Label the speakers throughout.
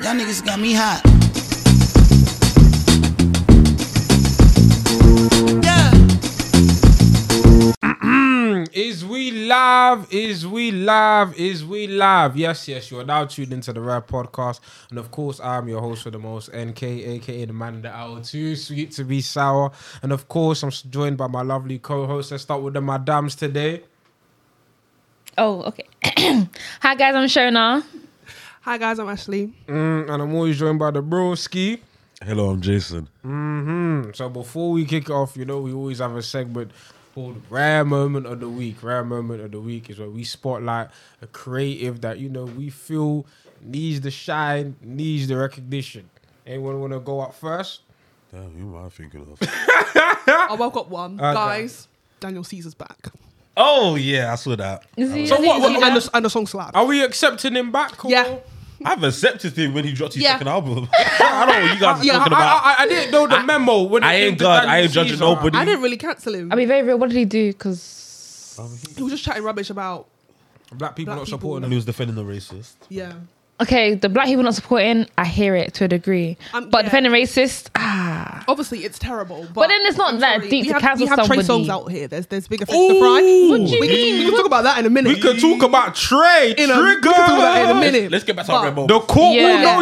Speaker 1: Y'all niggas got me hot.
Speaker 2: Is we live? Is we live? Is we live? Yes, yes, you are now tuned into the Rap Podcast. And of course, I'm your host for the most, NK, aka the man of the hour, too sweet to be sour. And of course, I'm joined by my lovely co host. Let's start with the madams today.
Speaker 3: Oh, okay. Hi guys, I'm Shona.
Speaker 4: Hi guys, I'm Ashley.
Speaker 2: Mm, and I'm always joined by the broski.
Speaker 5: Hello, I'm Jason.
Speaker 2: Mm, So before we kick it off, you know, we always have a segment called Rare Moment of the Week. Rare Moment of the Week is where we spotlight a creative that, you know, we feel needs the shine, needs the recognition. Anyone want to go up first?
Speaker 5: Damn, who am I thinking of?
Speaker 4: Oh, I've got one. Guys, Daniel Caesar's back.
Speaker 5: oh yeah, I saw that.
Speaker 3: Is he-
Speaker 4: So
Speaker 3: is he-
Speaker 4: what?
Speaker 3: is he
Speaker 4: what- and,
Speaker 3: down?
Speaker 4: the, and the song slap.
Speaker 5: Oh.
Speaker 2: Are we accepting him back? or-
Speaker 4: Yeah.
Speaker 5: I've accepted him when he dropped his
Speaker 4: Yeah.
Speaker 5: second album. I don't know what you guys are
Speaker 4: Yeah,
Speaker 5: talking
Speaker 2: I,
Speaker 5: about. I,
Speaker 2: I, I, I didn't know the memo. When it came
Speaker 5: ain't
Speaker 2: to
Speaker 5: God. I
Speaker 2: Daniel
Speaker 5: ain't judging
Speaker 2: Caesar.
Speaker 5: nobody.
Speaker 4: I didn't really cancel him.
Speaker 3: I'll be very real. What did he do? Because
Speaker 4: he was just chatting rubbish about
Speaker 2: Black people
Speaker 4: Black
Speaker 2: not
Speaker 4: people.
Speaker 2: supporting
Speaker 5: and
Speaker 2: him.
Speaker 5: he was defending the racist.
Speaker 4: yeah.
Speaker 3: okay, the black people not supporting. I hear it to a degree,
Speaker 4: Um,
Speaker 3: but
Speaker 4: yeah.
Speaker 3: defending racist. Ah,
Speaker 4: Obviously, it's terrible. But,
Speaker 3: But then it's not that deep
Speaker 4: we
Speaker 3: to
Speaker 4: have,
Speaker 3: cancel
Speaker 4: We have Trey
Speaker 3: somebody.
Speaker 4: songs out here. There's there's bigger fish to fry.
Speaker 5: Ooh.
Speaker 4: We, can- we can talk about that in a minute.
Speaker 2: We could talk about Trey
Speaker 4: In a-
Speaker 2: Trigger.
Speaker 4: we could talk about that in a minute.
Speaker 5: Let's get back to our
Speaker 4: But-
Speaker 5: red moment.
Speaker 2: The court
Speaker 3: Yeah.
Speaker 2: will know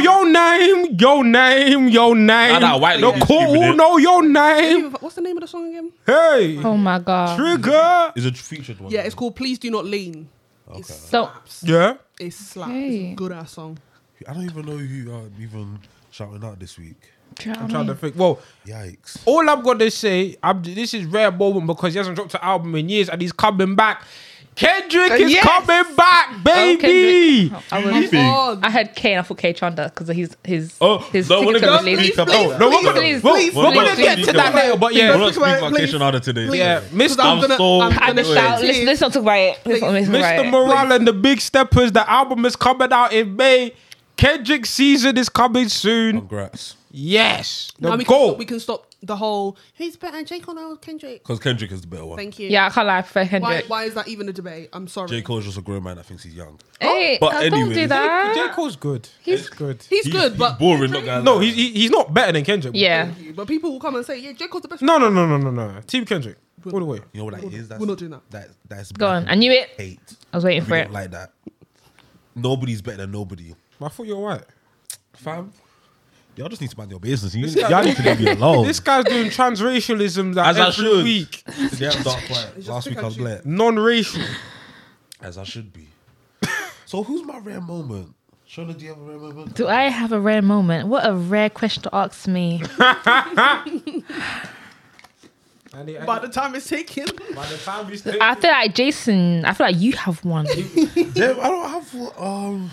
Speaker 2: your name, your name, your name.
Speaker 5: Nah, nah, white
Speaker 2: the
Speaker 5: lady just
Speaker 2: court
Speaker 5: keeping
Speaker 2: will
Speaker 5: it.
Speaker 2: know your name.
Speaker 4: What's the name of the song again?
Speaker 2: Hey,
Speaker 3: oh my god.
Speaker 2: trigger.
Speaker 5: is a featured one.
Speaker 4: Yeah, it's called "Please Do Not Lean." It's
Speaker 3: So-
Speaker 4: slaps.
Speaker 2: Yeah.
Speaker 4: It slaps. It's
Speaker 3: Okay.
Speaker 4: a good ass song.
Speaker 5: I don't even know who I'm even shouting out this week.
Speaker 3: Do you know
Speaker 2: I'm
Speaker 3: what I
Speaker 2: trying to
Speaker 3: mean?
Speaker 2: think. Well,
Speaker 5: Yikes.
Speaker 4: Oh,
Speaker 2: all I've got to say, I'm, this is rare moment because he hasn't dropped an album in years and he's coming back. Kendrick is
Speaker 4: yes.
Speaker 2: coming back,
Speaker 3: Uh, Oh,
Speaker 2: baby.
Speaker 3: Kendrick. I,
Speaker 5: You
Speaker 3: was,
Speaker 5: think?
Speaker 4: Oh,
Speaker 3: I had K and I thought K Chanda because he's his
Speaker 5: Oh,
Speaker 3: his
Speaker 5: no,
Speaker 3: tickets
Speaker 5: we're
Speaker 3: were
Speaker 5: gonna
Speaker 3: released.
Speaker 5: speak up. No, no,
Speaker 3: Please,
Speaker 5: we're gonna-
Speaker 3: please,
Speaker 2: Well,
Speaker 4: please,
Speaker 2: we're
Speaker 3: please,
Speaker 2: gonna get
Speaker 3: please.
Speaker 2: to that later, but
Speaker 5: We're
Speaker 2: yeah,
Speaker 5: not
Speaker 4: Speak about it,
Speaker 5: speaking
Speaker 4: please.
Speaker 5: vacation on it today.
Speaker 4: Please.
Speaker 2: yeah,
Speaker 5: I'm
Speaker 2: Mr.
Speaker 4: gonna-
Speaker 5: so
Speaker 4: I'm
Speaker 3: I
Speaker 4: gonna
Speaker 3: just shout. Let's, let's not talk about it. Let's not, let's not talk
Speaker 2: Mr.
Speaker 3: about it.
Speaker 2: Morale and the Big Steppers. The album is coming out in May. Kendrick season is coming soon.
Speaker 5: Congrats.
Speaker 2: Yes, the
Speaker 4: now we, can
Speaker 2: goal.
Speaker 4: stop, we can stop the whole who's better, J Cole or Kendrick?
Speaker 5: Because Kendrick is the better one.
Speaker 4: Thank you.
Speaker 3: Yeah, I can't lie. I prefer
Speaker 4: Why,
Speaker 3: Kendrick.
Speaker 4: why is that even a debate? I'm sorry.
Speaker 5: J. Cole's just a grown man that thinks he's young.
Speaker 3: Hey,
Speaker 5: But
Speaker 3: uh, don't
Speaker 5: anyways.
Speaker 3: do that.
Speaker 2: J. Cole's good.
Speaker 3: He's-
Speaker 2: He's good.
Speaker 4: He's, good, but
Speaker 5: boring. Not gonna
Speaker 2: No,
Speaker 5: lie.
Speaker 2: he, he, he's not better than Kendrick.
Speaker 3: Yeah.
Speaker 4: Thank you. But people will come and say, yeah, J Cole's the best.
Speaker 2: No, no, no, no, no, no. Team Kendrick. All the way.
Speaker 5: You know what that is? That's,
Speaker 4: not doing that.
Speaker 5: That's
Speaker 3: Go on. I knew it.
Speaker 5: Hate.
Speaker 3: I was waiting
Speaker 5: We
Speaker 3: for
Speaker 5: don't
Speaker 3: it.
Speaker 5: like that. Nobody's better than nobody.
Speaker 2: I thought you were white.
Speaker 5: Fam, y'all just need to mind your business. You,
Speaker 2: guy-
Speaker 5: y'all need to leave me alone.
Speaker 2: This guy's doing transracialism that
Speaker 5: Oh. As I
Speaker 2: every
Speaker 5: should.
Speaker 2: week.
Speaker 5: Today I'm dark white.
Speaker 4: just
Speaker 5: Last week
Speaker 4: pick
Speaker 5: I was
Speaker 4: and
Speaker 5: black.
Speaker 2: Non-racial.
Speaker 5: As I should be. so who's my rare moment? Shona, do you have a rare moment?
Speaker 3: Do I have a rare moment? What a rare question to ask me.
Speaker 2: And it- and
Speaker 4: By the time it's taken,
Speaker 2: by the time we stay-
Speaker 3: I feel like Jason. I feel like you have one.
Speaker 5: Damn, I don't have one. Um,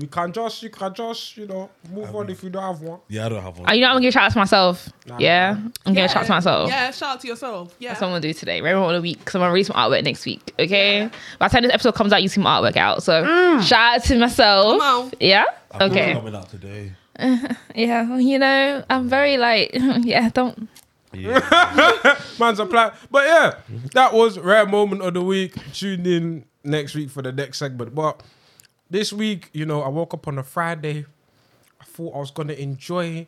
Speaker 2: we can just, you can just, you know, move on if you don't have one.
Speaker 5: yeah, I don't have one.
Speaker 3: Are you not gonna give a shout out to myself? yeah, I'm gonna shout out to myself.
Speaker 4: yeah, shout out to yourself. Yeah.
Speaker 3: That's what I'm gonna do today. Rare moment of the week because I'm gonna release my artwork next week. Okay. By the time this episode comes out, you see my artwork out. So shout out to myself.
Speaker 4: Come on.
Speaker 3: Yeah.
Speaker 5: I'm not
Speaker 3: okay.
Speaker 5: coming out today.
Speaker 3: Yeah. You know, I'm very like, yeah. Don't.
Speaker 5: Yeah.
Speaker 2: Man's apply. But yeah, that was rare moment of the week. Tune in next week for the next segment. But this week, you know, I woke up on a Friday. I thought I was gonna enjoy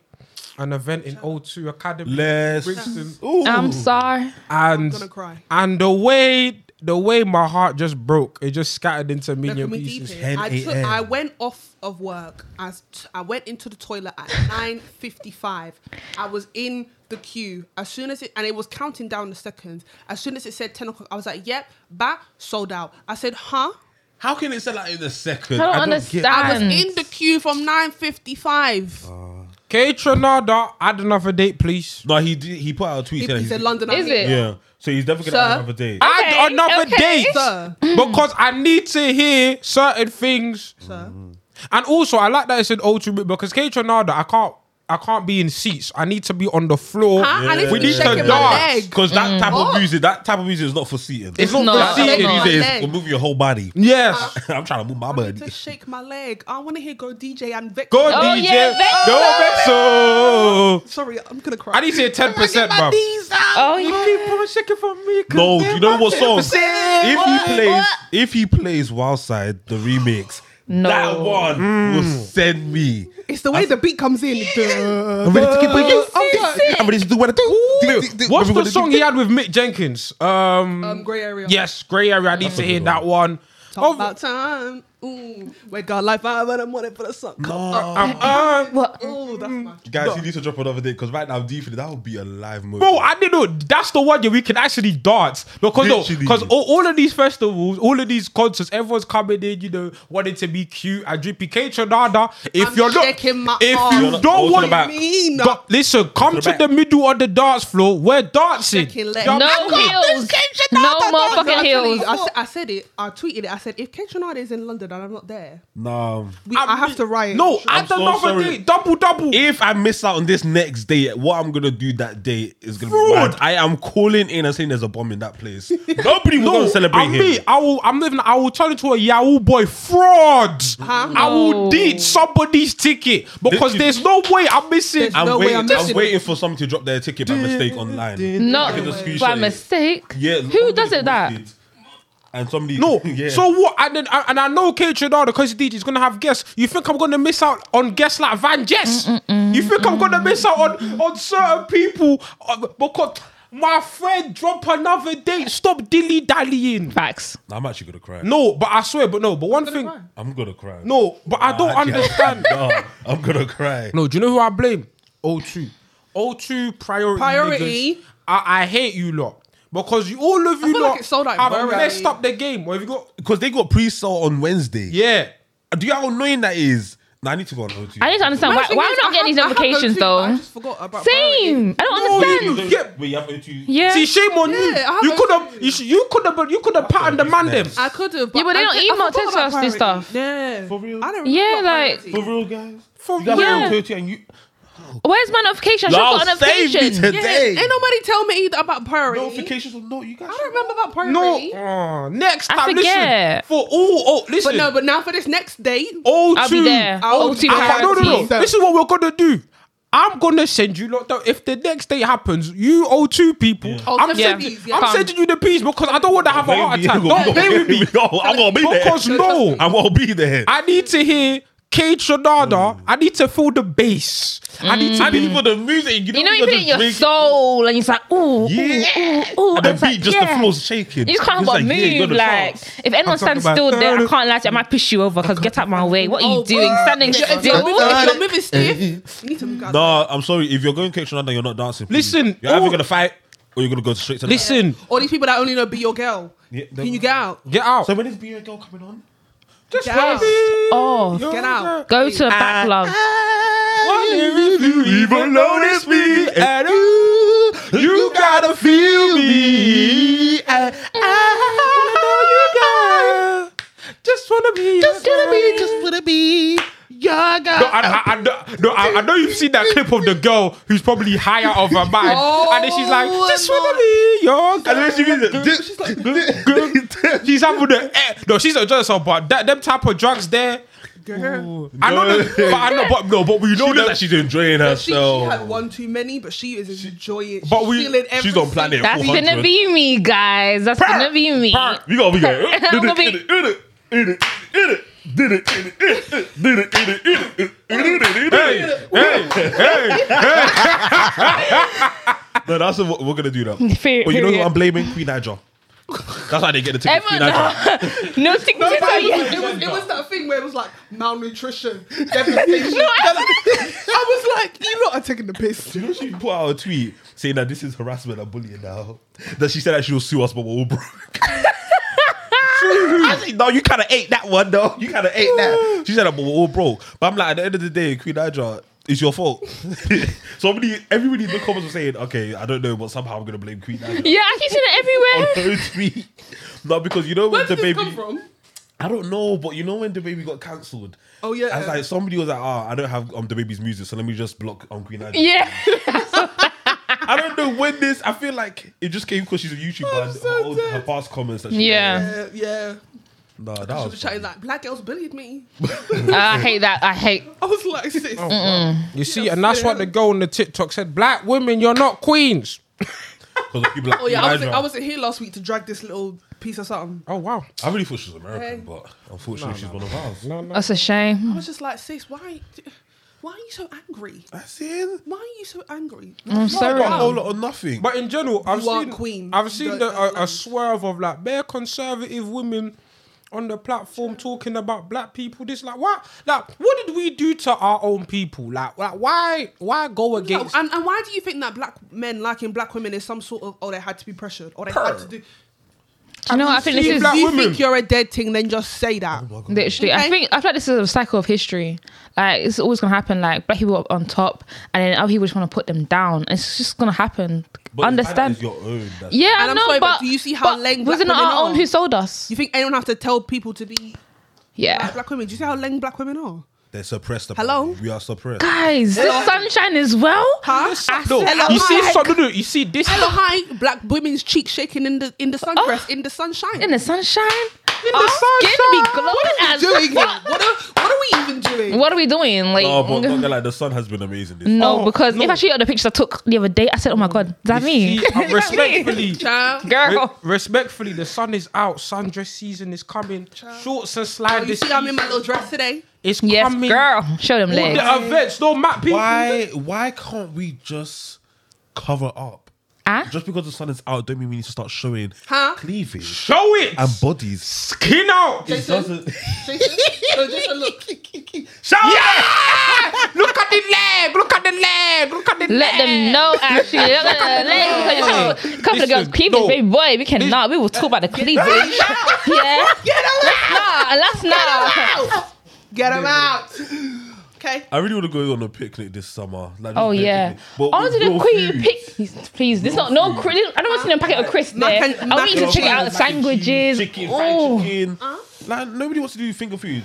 Speaker 2: an event in O2 Academy.
Speaker 5: Let's.
Speaker 2: Brixton.
Speaker 5: Ooh.
Speaker 3: I'm sorry.
Speaker 2: and
Speaker 4: gonna cry.
Speaker 2: and the way the way my heart just broke, it just scattered into
Speaker 4: Let
Speaker 2: million
Speaker 4: me
Speaker 2: pieces.
Speaker 4: deep it.
Speaker 5: 10
Speaker 4: I, took,
Speaker 5: a.m..
Speaker 4: I went off of work. I, s- t- I went into the toilet at 9.55. I was in the queue. As soon as it, and it was counting down the seconds. As soon as it said 10 o'clock, I was like, yep, bat, sold out. I said, huh?
Speaker 5: How can it sell out in a second?
Speaker 3: I don't
Speaker 5: get-
Speaker 3: understand.
Speaker 4: I was
Speaker 3: And-
Speaker 4: in the queue from 9.55.
Speaker 2: K Tronada, add another date, please.
Speaker 5: No, he did, he put out a tweet.
Speaker 4: He-
Speaker 5: saying
Speaker 4: he
Speaker 5: he's-
Speaker 4: said London.
Speaker 3: Is
Speaker 4: I hate
Speaker 3: it?
Speaker 5: Yeah, so he's definitely gonna
Speaker 4: Sir?
Speaker 5: have another day.
Speaker 2: add
Speaker 3: Okay,
Speaker 2: another
Speaker 3: okay.
Speaker 2: date
Speaker 4: Sir.
Speaker 2: because I need to hear certain things.
Speaker 4: Sir.
Speaker 2: And also, I like that it's an ultra bit because K Tronada, I can't. I can't be in seats. I need to be on the floor.
Speaker 4: Huh? I need to
Speaker 2: We
Speaker 4: be
Speaker 2: need to
Speaker 4: shaking my
Speaker 2: dance.
Speaker 4: leg.
Speaker 5: Because that type
Speaker 4: What?
Speaker 5: of music, that type of music is not for seating.
Speaker 2: It's not
Speaker 3: No,
Speaker 2: for
Speaker 3: that's
Speaker 2: seating.
Speaker 3: not.
Speaker 5: It is-
Speaker 4: Leg.
Speaker 5: will move your whole body.
Speaker 2: Yes.
Speaker 5: I'm trying to move my
Speaker 4: I need
Speaker 5: body.
Speaker 4: to shake my leg. I want to hear Go DJ and Vex.
Speaker 2: Go
Speaker 3: Oh,
Speaker 2: DJ.
Speaker 3: yeah, Vexo.
Speaker 2: Go Vexo.
Speaker 4: Sorry, I'm gonna cry.
Speaker 2: I need to hear 10%,
Speaker 4: my
Speaker 2: bruv.
Speaker 4: knees out.
Speaker 3: Oh
Speaker 2: You
Speaker 3: yeah.
Speaker 2: keep on shaking for me. 'cause
Speaker 5: No,
Speaker 2: they're
Speaker 5: you know
Speaker 2: my
Speaker 5: what song?
Speaker 2: 10%.
Speaker 5: If he plays, if he plays Wildside the remix,
Speaker 3: No.
Speaker 5: That one will send me. Uh,
Speaker 4: It's the way the beat comes in. Duh.
Speaker 5: I'm ready to get my
Speaker 4: You see, see.
Speaker 5: I'm ready to do what I do.
Speaker 2: What's the song he had with Mick Jenkins? Um,
Speaker 4: Um, grey area.
Speaker 2: yes, Grey Area. I need to
Speaker 5: a
Speaker 2: hear
Speaker 5: good
Speaker 2: that one.
Speaker 4: Talk
Speaker 2: Oh,
Speaker 4: about time. Ooh. Wake up life out and I'm on it for the sun.
Speaker 5: No.
Speaker 2: um, um,
Speaker 3: What?
Speaker 4: Ooh, that's my.
Speaker 5: Guys, you need to drop another day because right now, definitely that would be a live moment.
Speaker 2: Bro, I didn't know. That's the one that we can actually dance because
Speaker 5: Literally.
Speaker 2: because all, all of these festivals, all of these concerts, everyone's coming in, you know, wanting to be cute and drippy. K Tronada, if
Speaker 4: I'm
Speaker 2: you're not,
Speaker 4: shaking my
Speaker 2: if
Speaker 4: arm.
Speaker 2: you
Speaker 4: You're
Speaker 5: not-
Speaker 2: don't
Speaker 5: go to
Speaker 2: want,
Speaker 5: the back.
Speaker 4: Mean.
Speaker 2: Go- listen, come
Speaker 5: the
Speaker 2: to
Speaker 5: back.
Speaker 2: the middle of the dance floor. We're dancing.
Speaker 4: Shaking leg.
Speaker 2: You're-
Speaker 3: No heels. No more fucking Oh, heels.
Speaker 4: I, s- I said it. I tweeted it. I said if Kate Renard is in London and I'm not there,
Speaker 5: Nah.
Speaker 4: we, I have to riot.
Speaker 2: No,
Speaker 5: I'm
Speaker 2: at the
Speaker 5: so
Speaker 2: another
Speaker 5: sorry.
Speaker 2: day, double double.
Speaker 5: If I miss out on this next day, what I'm gonna do that day is gonna be
Speaker 2: Fraud.
Speaker 5: mad. I am calling in and saying there's a bomb in that place. Nobody will
Speaker 2: No,
Speaker 5: gonna celebrate
Speaker 2: I'm
Speaker 5: him.
Speaker 2: me. I will. I'm living. I will turn into a Yahoo boy fraud. I will
Speaker 3: No.
Speaker 2: deed somebody's ticket because
Speaker 5: Literally.
Speaker 2: there's no way I'm missing.
Speaker 4: There's
Speaker 5: I'm
Speaker 4: No way
Speaker 5: waiting.
Speaker 4: I'm
Speaker 5: I'm,
Speaker 4: missing it.
Speaker 5: waiting for somebody to drop their ticket by mistake online.
Speaker 3: No,
Speaker 5: I can just screenshot
Speaker 3: by
Speaker 5: it.
Speaker 3: mistake.
Speaker 5: Yeah.
Speaker 3: Who does
Speaker 5: somebody
Speaker 3: it that?
Speaker 5: posted. And somebody.
Speaker 2: No.
Speaker 5: yeah.
Speaker 2: So what? And then and I know Kate Renata because DJ's gonna have guests. You think I'm gonna miss out on guests like Van
Speaker 4: Mm,
Speaker 2: Jess? You think I'm gonna miss out on on certain people uh, because my friend drop another date? Stop dilly dallying.
Speaker 3: Facts.
Speaker 5: I'm actually gonna cry.
Speaker 2: No, but I swear, but no, but one thing.
Speaker 4: cry.
Speaker 5: I'm gonna cry.
Speaker 2: No, but I don't
Speaker 5: Actually,
Speaker 2: understand.
Speaker 5: no, I'm gonna cry.
Speaker 2: No, do you know who I blame? O2. O2 priority.
Speaker 4: Priority.
Speaker 2: niggas. I, I hate you lot. Because you all of you
Speaker 4: feel
Speaker 2: lot
Speaker 4: like it's sold out in
Speaker 2: have
Speaker 4: Burberry.
Speaker 2: messed up the game. What have you got?
Speaker 5: Because they got pre-sale on Wednesday.
Speaker 2: Yeah.
Speaker 5: Do you know how annoying that is? Nah, I need to go on O2.
Speaker 3: I need to understand
Speaker 4: My
Speaker 3: why,
Speaker 4: thing
Speaker 3: why
Speaker 4: is,
Speaker 3: am I not
Speaker 4: I
Speaker 3: getting these
Speaker 4: have- I have no
Speaker 3: notifications
Speaker 4: tweet, but I
Speaker 3: though?
Speaker 4: just forgot about priority.
Speaker 3: Same. I don't
Speaker 2: No,
Speaker 3: understand.
Speaker 2: you- yeah.
Speaker 5: Wait, you have O2.
Speaker 3: Yeah.
Speaker 2: See, shame on you.
Speaker 4: Yeah, I have
Speaker 2: you
Speaker 4: a-
Speaker 2: could have, you, sh- you could have, you could have patterned the man them.
Speaker 5: next.
Speaker 4: I could have.
Speaker 3: Yeah, but they
Speaker 4: I
Speaker 3: don't
Speaker 4: did- I
Speaker 3: email,
Speaker 4: forgot
Speaker 3: text
Speaker 4: about
Speaker 3: us this
Speaker 4: priority.
Speaker 3: stuff.
Speaker 4: Yeah.
Speaker 5: For real?
Speaker 4: I don't
Speaker 3: Yeah,
Speaker 4: forgot about
Speaker 3: like-
Speaker 5: For
Speaker 4: priority.
Speaker 5: real, guys.
Speaker 2: For
Speaker 5: You guys
Speaker 2: real.
Speaker 5: are
Speaker 3: Yeah.
Speaker 5: on O2 and you.
Speaker 3: Where's my notification? I should
Speaker 5: Y'all
Speaker 3: have got a
Speaker 5: saved me
Speaker 3: notification.
Speaker 5: today.
Speaker 4: Yeah, ain't nobody tell me either about priority.
Speaker 5: Notifications of no, you guys.
Speaker 4: I don't remember about priority.
Speaker 2: No, Aw, next
Speaker 3: I
Speaker 2: time, listen.
Speaker 3: forget.
Speaker 2: For all, oh, listen. Oh,
Speaker 4: But no, but now for this next date,
Speaker 2: O2.
Speaker 3: I'll be there.
Speaker 4: I'll-
Speaker 3: O2
Speaker 4: I'll-
Speaker 2: Okay, ah, no, no, no.
Speaker 3: priority.
Speaker 4: Guaranteed.
Speaker 2: This is what we're gonna do. I'm gonna send you lot. If the next day happens, you owe two people.
Speaker 4: Oh,
Speaker 2: I'm,
Speaker 4: send
Speaker 3: Yeah.
Speaker 2: sending,
Speaker 4: these, yeah.
Speaker 2: I'm
Speaker 3: Come.
Speaker 2: sending you the peas because I don't want to have a heart attack. Don't play with me.
Speaker 5: No, I'm gonna be there.
Speaker 2: Because no,
Speaker 5: I'm gonna be there.
Speaker 2: I need to hear K Tronada. I need to feel the bass. I need to
Speaker 5: Mm. I
Speaker 2: be
Speaker 5: need for the music. You,
Speaker 3: You know,
Speaker 5: when
Speaker 3: you put it in
Speaker 5: just
Speaker 3: your
Speaker 5: drink-
Speaker 3: soul and it's like, ooh,
Speaker 5: Yeah.
Speaker 3: ooh, ooh.
Speaker 5: And the
Speaker 3: It's like,
Speaker 5: beat, just
Speaker 3: yeah.
Speaker 5: the floor's shaking.
Speaker 3: You just can't
Speaker 5: It's
Speaker 3: help but
Speaker 5: yeah, you
Speaker 3: move.
Speaker 5: got the
Speaker 3: Like,
Speaker 5: chance.
Speaker 3: if anyone
Speaker 2: talking
Speaker 3: stands
Speaker 2: about-
Speaker 3: still there, I can't lie to you, I might push you over because get out my way. What are you doing? Standing
Speaker 4: if you're moving,
Speaker 3: still?
Speaker 4: if you're moving stiff, you need to move out.
Speaker 5: Nah, I'm sorry. If you're going to Kitchener and you're not dancing, please.
Speaker 2: Listen,
Speaker 5: you're
Speaker 2: all-
Speaker 5: either gonna fight or you're gonna go straight to the-
Speaker 2: listen.
Speaker 4: All these people that only know be your girl.
Speaker 5: Yeah,
Speaker 4: Can you get out?
Speaker 2: Get out.
Speaker 5: So when is BA girl coming on?
Speaker 2: Just
Speaker 4: Get out.
Speaker 2: let me-
Speaker 3: Oh,
Speaker 2: You're
Speaker 4: Get out.
Speaker 3: go to a back love.
Speaker 2: If you even notice me at all, you gotta feel me. I, I know you got just wanna be. Just wanna be. Just wanna be. Your girl. No, I, I, I, know- no, I, I know you've seen that clip of the girl who's probably higher of her mind, and then she's like, "Just wanna be your girl."
Speaker 5: then she means it.
Speaker 2: She's having the eh, no. She's a herself, but that them type of drugs there.
Speaker 4: Girl.
Speaker 2: I know, the, but I know, but no, but we know
Speaker 5: She knows
Speaker 2: that
Speaker 5: that she's enjoying
Speaker 4: She, she had
Speaker 5: herself.
Speaker 4: one too many, but she is enjoying.
Speaker 2: But
Speaker 4: she's
Speaker 2: we-
Speaker 4: feeling
Speaker 5: She's on
Speaker 4: everything.
Speaker 5: planet.
Speaker 3: That's
Speaker 5: 400.
Speaker 3: gonna be me, guys. That's gonna be me.
Speaker 5: We gotta be going.
Speaker 3: I'm gonna be-
Speaker 5: Hey, hey, hey. No, that's what we're gonna do now.
Speaker 3: Fair-
Speaker 5: But you know who
Speaker 3: period.
Speaker 5: I'm blaming? Queen Niger. That's why they get the ticket. Queen
Speaker 3: Everyone,
Speaker 5: Niger.
Speaker 3: no stick to
Speaker 4: It
Speaker 3: it,
Speaker 4: was,
Speaker 3: yeah.
Speaker 4: it, was, it was that thing where it was like malnutrition, devastation. I was like, you lot are taking the piss.
Speaker 5: You know she put out a tweet saying that this is harassment and bullying now. That she said that she will sue us, but we're all broke. I said, no, you kind of ate that one, though. You kind of ate that. She said, but we're all broke. But I'm like, at the end of the day, Queen Hydra, it's your fault. Somebody, everybody in the comments was saying, okay, I don't know, but somehow I'm going to blame Queen Hydra.
Speaker 3: Yeah, I keep seeing it
Speaker 5: On
Speaker 3: everywhere.
Speaker 5: her tweet. No, because you know
Speaker 4: Where
Speaker 5: when the
Speaker 4: did this
Speaker 5: baby.
Speaker 4: come from?
Speaker 5: I don't know, but you know when the baby got cancelled.
Speaker 4: Oh, yeah.
Speaker 5: I was like, somebody was like, ah, I don't have um the baby's music, so let me just block on Queen Hydra.
Speaker 3: Yeah,
Speaker 5: I don't know when this. I feel like it just came because she's a YouTuber.
Speaker 4: I'm
Speaker 5: And
Speaker 4: so
Speaker 5: her, old,
Speaker 4: dead.
Speaker 5: her past comments that she
Speaker 3: yeah.
Speaker 4: Uh, yeah,
Speaker 5: No, that
Speaker 4: she
Speaker 5: was.
Speaker 4: was chatting like black girls bullied me.
Speaker 3: Uh, I hate that. I hate.
Speaker 4: I was like, sis.
Speaker 2: You see, and that's what the girl on the TikTok said: "Black women, you're not queens."
Speaker 5: Because people like.
Speaker 4: Oh yeah, I was
Speaker 5: Elijah.
Speaker 4: I wasn't here last week to drag this little piece of something.
Speaker 2: Oh wow.
Speaker 5: I really thought she was American,
Speaker 4: Hey.
Speaker 5: but unfortunately she's one of ours.
Speaker 2: No, no.
Speaker 3: That's a shame.
Speaker 4: I was just like, sis, why, why are you so angry?
Speaker 5: That's it.
Speaker 4: Why are you so angry?
Speaker 3: I'm
Speaker 5: I
Speaker 3: sorry.
Speaker 5: got a whole lot of nothing.
Speaker 2: But in general, I've
Speaker 4: You are
Speaker 2: seen
Speaker 4: queen.
Speaker 2: I've seen
Speaker 4: Don't-
Speaker 2: the,
Speaker 4: don't
Speaker 2: a, a
Speaker 4: lie.
Speaker 2: swerve of like bare conservative women on the platform talking about black people. This like what? Like what did we do to our own people? Like, like why why go
Speaker 4: No,
Speaker 2: against?
Speaker 4: Oh, and, and why do you think that black men liking black women is some sort of oh they had to be pressured or they had to do?
Speaker 3: Do you know what? I think
Speaker 2: See
Speaker 3: this is
Speaker 2: black
Speaker 4: If you
Speaker 2: women. Oh
Speaker 4: think you're a dead thing, then just say that.
Speaker 3: literally. I
Speaker 4: Okay.
Speaker 3: think I feel like this is a cycle of history. Like it's always gonna happen. Like black people up on top, and then other people just want to put them down. It's just gonna happen.
Speaker 5: But
Speaker 3: Understand?
Speaker 5: It's your own. That's
Speaker 3: Yeah,
Speaker 4: And
Speaker 3: I
Speaker 4: I'm
Speaker 3: know.
Speaker 4: sorry,
Speaker 3: but,
Speaker 4: but do you see how
Speaker 3: but
Speaker 4: lame
Speaker 3: was it
Speaker 4: black
Speaker 3: not
Speaker 4: women
Speaker 3: our own
Speaker 4: are?
Speaker 3: who sold us?
Speaker 4: you think anyone have to tell people to be
Speaker 3: yeah,
Speaker 4: like black women? Do you see how lame black women are?
Speaker 5: They're suppressed.
Speaker 4: Hello?
Speaker 5: We are suppressed.
Speaker 3: guys, this sunshine as well.
Speaker 4: Huh?
Speaker 2: no,
Speaker 4: Hello,
Speaker 2: you see,
Speaker 4: hi.
Speaker 2: so, no, no, you see this.
Speaker 4: Hello, hi, black women's cheeks shaking in the in the
Speaker 3: Oh.
Speaker 4: sundress, in the sunshine.
Speaker 3: In the sunshine, in
Speaker 2: the
Speaker 3: be
Speaker 2: sunshine.
Speaker 3: glowing as
Speaker 4: doing here? What are what are we even doing?
Speaker 3: What are we doing? Like,
Speaker 5: No, Oh, but not gonna lie, the sun has been amazing. This
Speaker 3: no,
Speaker 2: Oh,
Speaker 3: because if
Speaker 2: no.
Speaker 3: I show you the pictures I took the other day, I said, "Oh my god, is that me?"
Speaker 2: See, uh, respectfully,
Speaker 4: Child.
Speaker 2: re-
Speaker 3: girl.
Speaker 2: respectfully, the sun is out. Sundress season is coming. Shorts and
Speaker 4: Oh,
Speaker 2: sliders.
Speaker 4: you see, I'm in my little dress today.
Speaker 2: It's
Speaker 3: Yes,
Speaker 2: coming.
Speaker 3: girl, show them
Speaker 2: All
Speaker 3: legs.
Speaker 2: the events, no map people.
Speaker 5: why? Why can't we just cover up?
Speaker 3: Ah?
Speaker 5: Just because the sun is out, don't mean we need to start showing
Speaker 4: Huh?
Speaker 5: cleavage
Speaker 2: Show it.
Speaker 5: and bodies.
Speaker 2: Skin out.
Speaker 5: It doesn't.
Speaker 4: Jason, no, Jason, look.
Speaker 2: Show yeah! Look at the leg. Look at the leg. Look at the leg.
Speaker 3: Let them know actually. Look at the legs, because you saw a couple of girls
Speaker 2: Listen,
Speaker 3: cleavage,
Speaker 2: no.
Speaker 3: baby boy. We cannot. We will talk about the cleavage. yeah. Nah, let's not.
Speaker 4: Get him out. Okay.
Speaker 5: I really want to go on a picnic this summer. Like,
Speaker 3: Oh
Speaker 5: just a
Speaker 3: yeah.
Speaker 5: picnic, but
Speaker 3: Onto
Speaker 5: with
Speaker 3: the
Speaker 5: real
Speaker 3: queen
Speaker 5: food.
Speaker 3: pick. Please, this not no. cri- I don't want to see them packet of crisps
Speaker 4: Mac
Speaker 3: there.
Speaker 4: and-
Speaker 3: I want you to
Speaker 4: mac
Speaker 3: check
Speaker 4: and
Speaker 3: out the
Speaker 5: Mac and cheese,
Speaker 3: sandwiches.
Speaker 5: Chicken, fried
Speaker 3: Oh
Speaker 5: chicken. Like nobody wants to do finger food.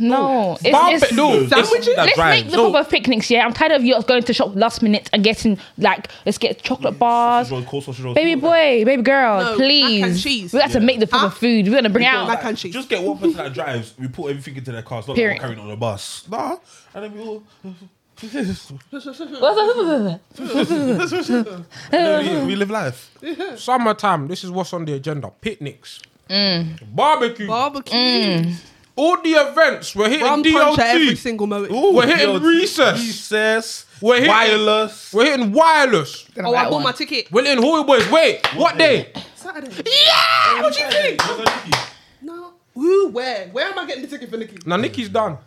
Speaker 3: no,
Speaker 2: Barbe-
Speaker 3: it's, it's,
Speaker 2: no,
Speaker 5: that's-
Speaker 2: sandwiches?
Speaker 5: that
Speaker 3: Let's
Speaker 5: drives.
Speaker 3: make the proper picnics, yeah. I'm tired of you going to shop last minute and getting like let's get chocolate bars.
Speaker 5: Sausage roll, cold sausage roll,
Speaker 3: Baby
Speaker 5: something
Speaker 3: boy,
Speaker 5: like
Speaker 3: baby girl,
Speaker 4: No, mac and
Speaker 3: please.
Speaker 4: cheese.
Speaker 3: We got to
Speaker 5: Yeah.
Speaker 3: make the proper
Speaker 4: Huh?
Speaker 3: food. We're gonna bring
Speaker 5: that.
Speaker 3: out
Speaker 4: Mac and cheese.
Speaker 5: Just get one person that drives. We put everything into their cars. Not
Speaker 3: Period.
Speaker 5: like carrying it on a bus. Nah, and then we all. No, we- we live life.
Speaker 2: Summertime. This is what's on the agenda. Picnics.
Speaker 4: Mm.
Speaker 2: Barbecue.
Speaker 4: Barbecue.
Speaker 3: Mm.
Speaker 2: All the events. We're hitting
Speaker 4: Rum punch at every
Speaker 2: DOT.
Speaker 4: single moment. Oh,
Speaker 2: We're hitting recess.
Speaker 5: Recess.
Speaker 2: We're hitting-
Speaker 5: wireless.
Speaker 2: We're hitting wireless.
Speaker 4: Oh, I bought my ticket.
Speaker 2: We're hitting Holy Boys. Wait, what, day?
Speaker 4: Saturday.
Speaker 2: Yeah! What you think?
Speaker 4: No. Who? Where? Where am I getting the ticket for Nikki?
Speaker 2: Now Nikki's done.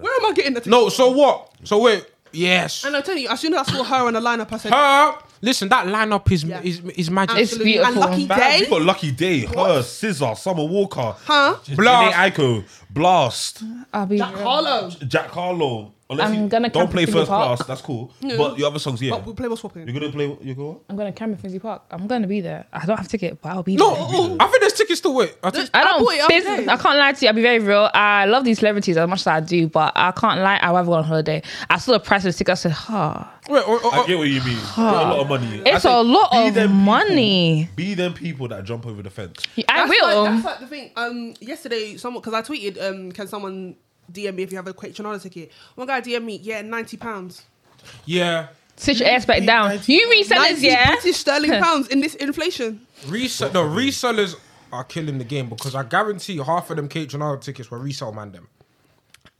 Speaker 4: Where am I getting the ticket?
Speaker 2: No, so what? So wait. Yes.
Speaker 4: And I'm telling you, as soon as I saw her on the lineup, I said,
Speaker 2: Her. Listen, that lineup is
Speaker 4: Yeah.
Speaker 2: is, is magic.
Speaker 3: It's
Speaker 4: absolutely.
Speaker 3: beautiful.
Speaker 4: And lucky
Speaker 5: Bad. We
Speaker 4: day.
Speaker 5: got Lucky Day, her, Scissor, Summer Walker,
Speaker 4: Huh?
Speaker 2: Blast.
Speaker 5: Blast, Aiko, Blast,
Speaker 3: I'll be
Speaker 4: Jack Harlow.
Speaker 5: Jack Harlow. Unless
Speaker 3: I'm
Speaker 5: you
Speaker 3: gonna
Speaker 5: don't
Speaker 3: come
Speaker 5: play
Speaker 3: to Finger
Speaker 5: first
Speaker 3: Park.
Speaker 5: class, that's cool. But your other songs, yeah.
Speaker 4: But we play what's swapping.
Speaker 5: You're gonna play. You go.
Speaker 3: I'm gonna Cameron Finsey Park. I'm gonna be there. I don't have a ticket, but I'll
Speaker 4: Ah.
Speaker 3: be
Speaker 2: No,
Speaker 3: there.
Speaker 2: oh, I think there's tickets to wait. I think
Speaker 3: I don't.
Speaker 4: bought it up
Speaker 3: business,
Speaker 4: ah, there.
Speaker 3: I can't lie to you. I'll be very real. I love these celebrities as much as I do, but I can't lie. I rather go on holiday. I saw the price of the ticket. I said, "Ha,
Speaker 2: wait. oh, oh,
Speaker 5: I get what you mean. It's a lot of money. I
Speaker 3: it's
Speaker 5: think
Speaker 3: a lot
Speaker 5: be
Speaker 3: of
Speaker 5: them people-
Speaker 3: money."
Speaker 5: Be them people that jump over the fence.
Speaker 3: I
Speaker 4: That's
Speaker 3: will.
Speaker 4: Like, that's like the thing. Um, yesterday, someone because I tweeted, um, can someone DM me if you have a Quake Tronada ticket? One guy DM me, yeah, ninety pounds.
Speaker 2: oh, yeah.
Speaker 3: Sit your ass back down. You resellers,
Speaker 4: Ninety
Speaker 3: yeah.
Speaker 4: British sterling pounds in this inflation.
Speaker 2: Resell no resellers are killing the game because I guarantee half of them Kate Gennaro tickets were resell man them.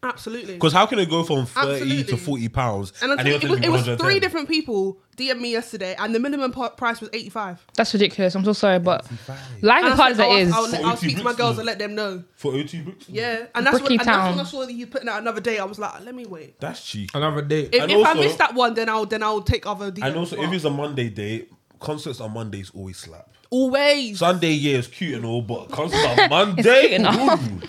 Speaker 4: Absolutely.
Speaker 5: Because how can it go from thirty to
Speaker 4: Absolutely.
Speaker 5: forty pounds?
Speaker 4: And I'm
Speaker 5: you're
Speaker 4: telling you, it was,
Speaker 5: telling
Speaker 4: it was
Speaker 5: me 110?
Speaker 4: three different people DM me yesterday, and the minimum par- price was eighty five.
Speaker 3: That's ridiculous. I'm so sorry, but life is hard as it
Speaker 4: "Oh, I'll,
Speaker 3: is.
Speaker 4: I'll, let- I'll speak to my
Speaker 5: Forty
Speaker 4: girls
Speaker 5: bricks,
Speaker 4: and let them know.
Speaker 5: for O2 books.
Speaker 3: Mm.
Speaker 4: Yeah, and that's, what,
Speaker 3: Brookie
Speaker 4: and that's
Speaker 3: Town.
Speaker 4: when I saw that you putting out another day. I was like, let me wait.
Speaker 5: that's cheap.
Speaker 2: Another day.
Speaker 4: If,
Speaker 5: And
Speaker 4: if I
Speaker 5: also-
Speaker 4: miss that one, then I'll then I'll take other DMs.
Speaker 5: And also, if it's a Monday day, concerts on Mondays always slap.
Speaker 4: always
Speaker 5: Sunday, yeah, it's cute and all, but concerts on Monday,
Speaker 3: cute and all. Mm.
Speaker 5: ooh,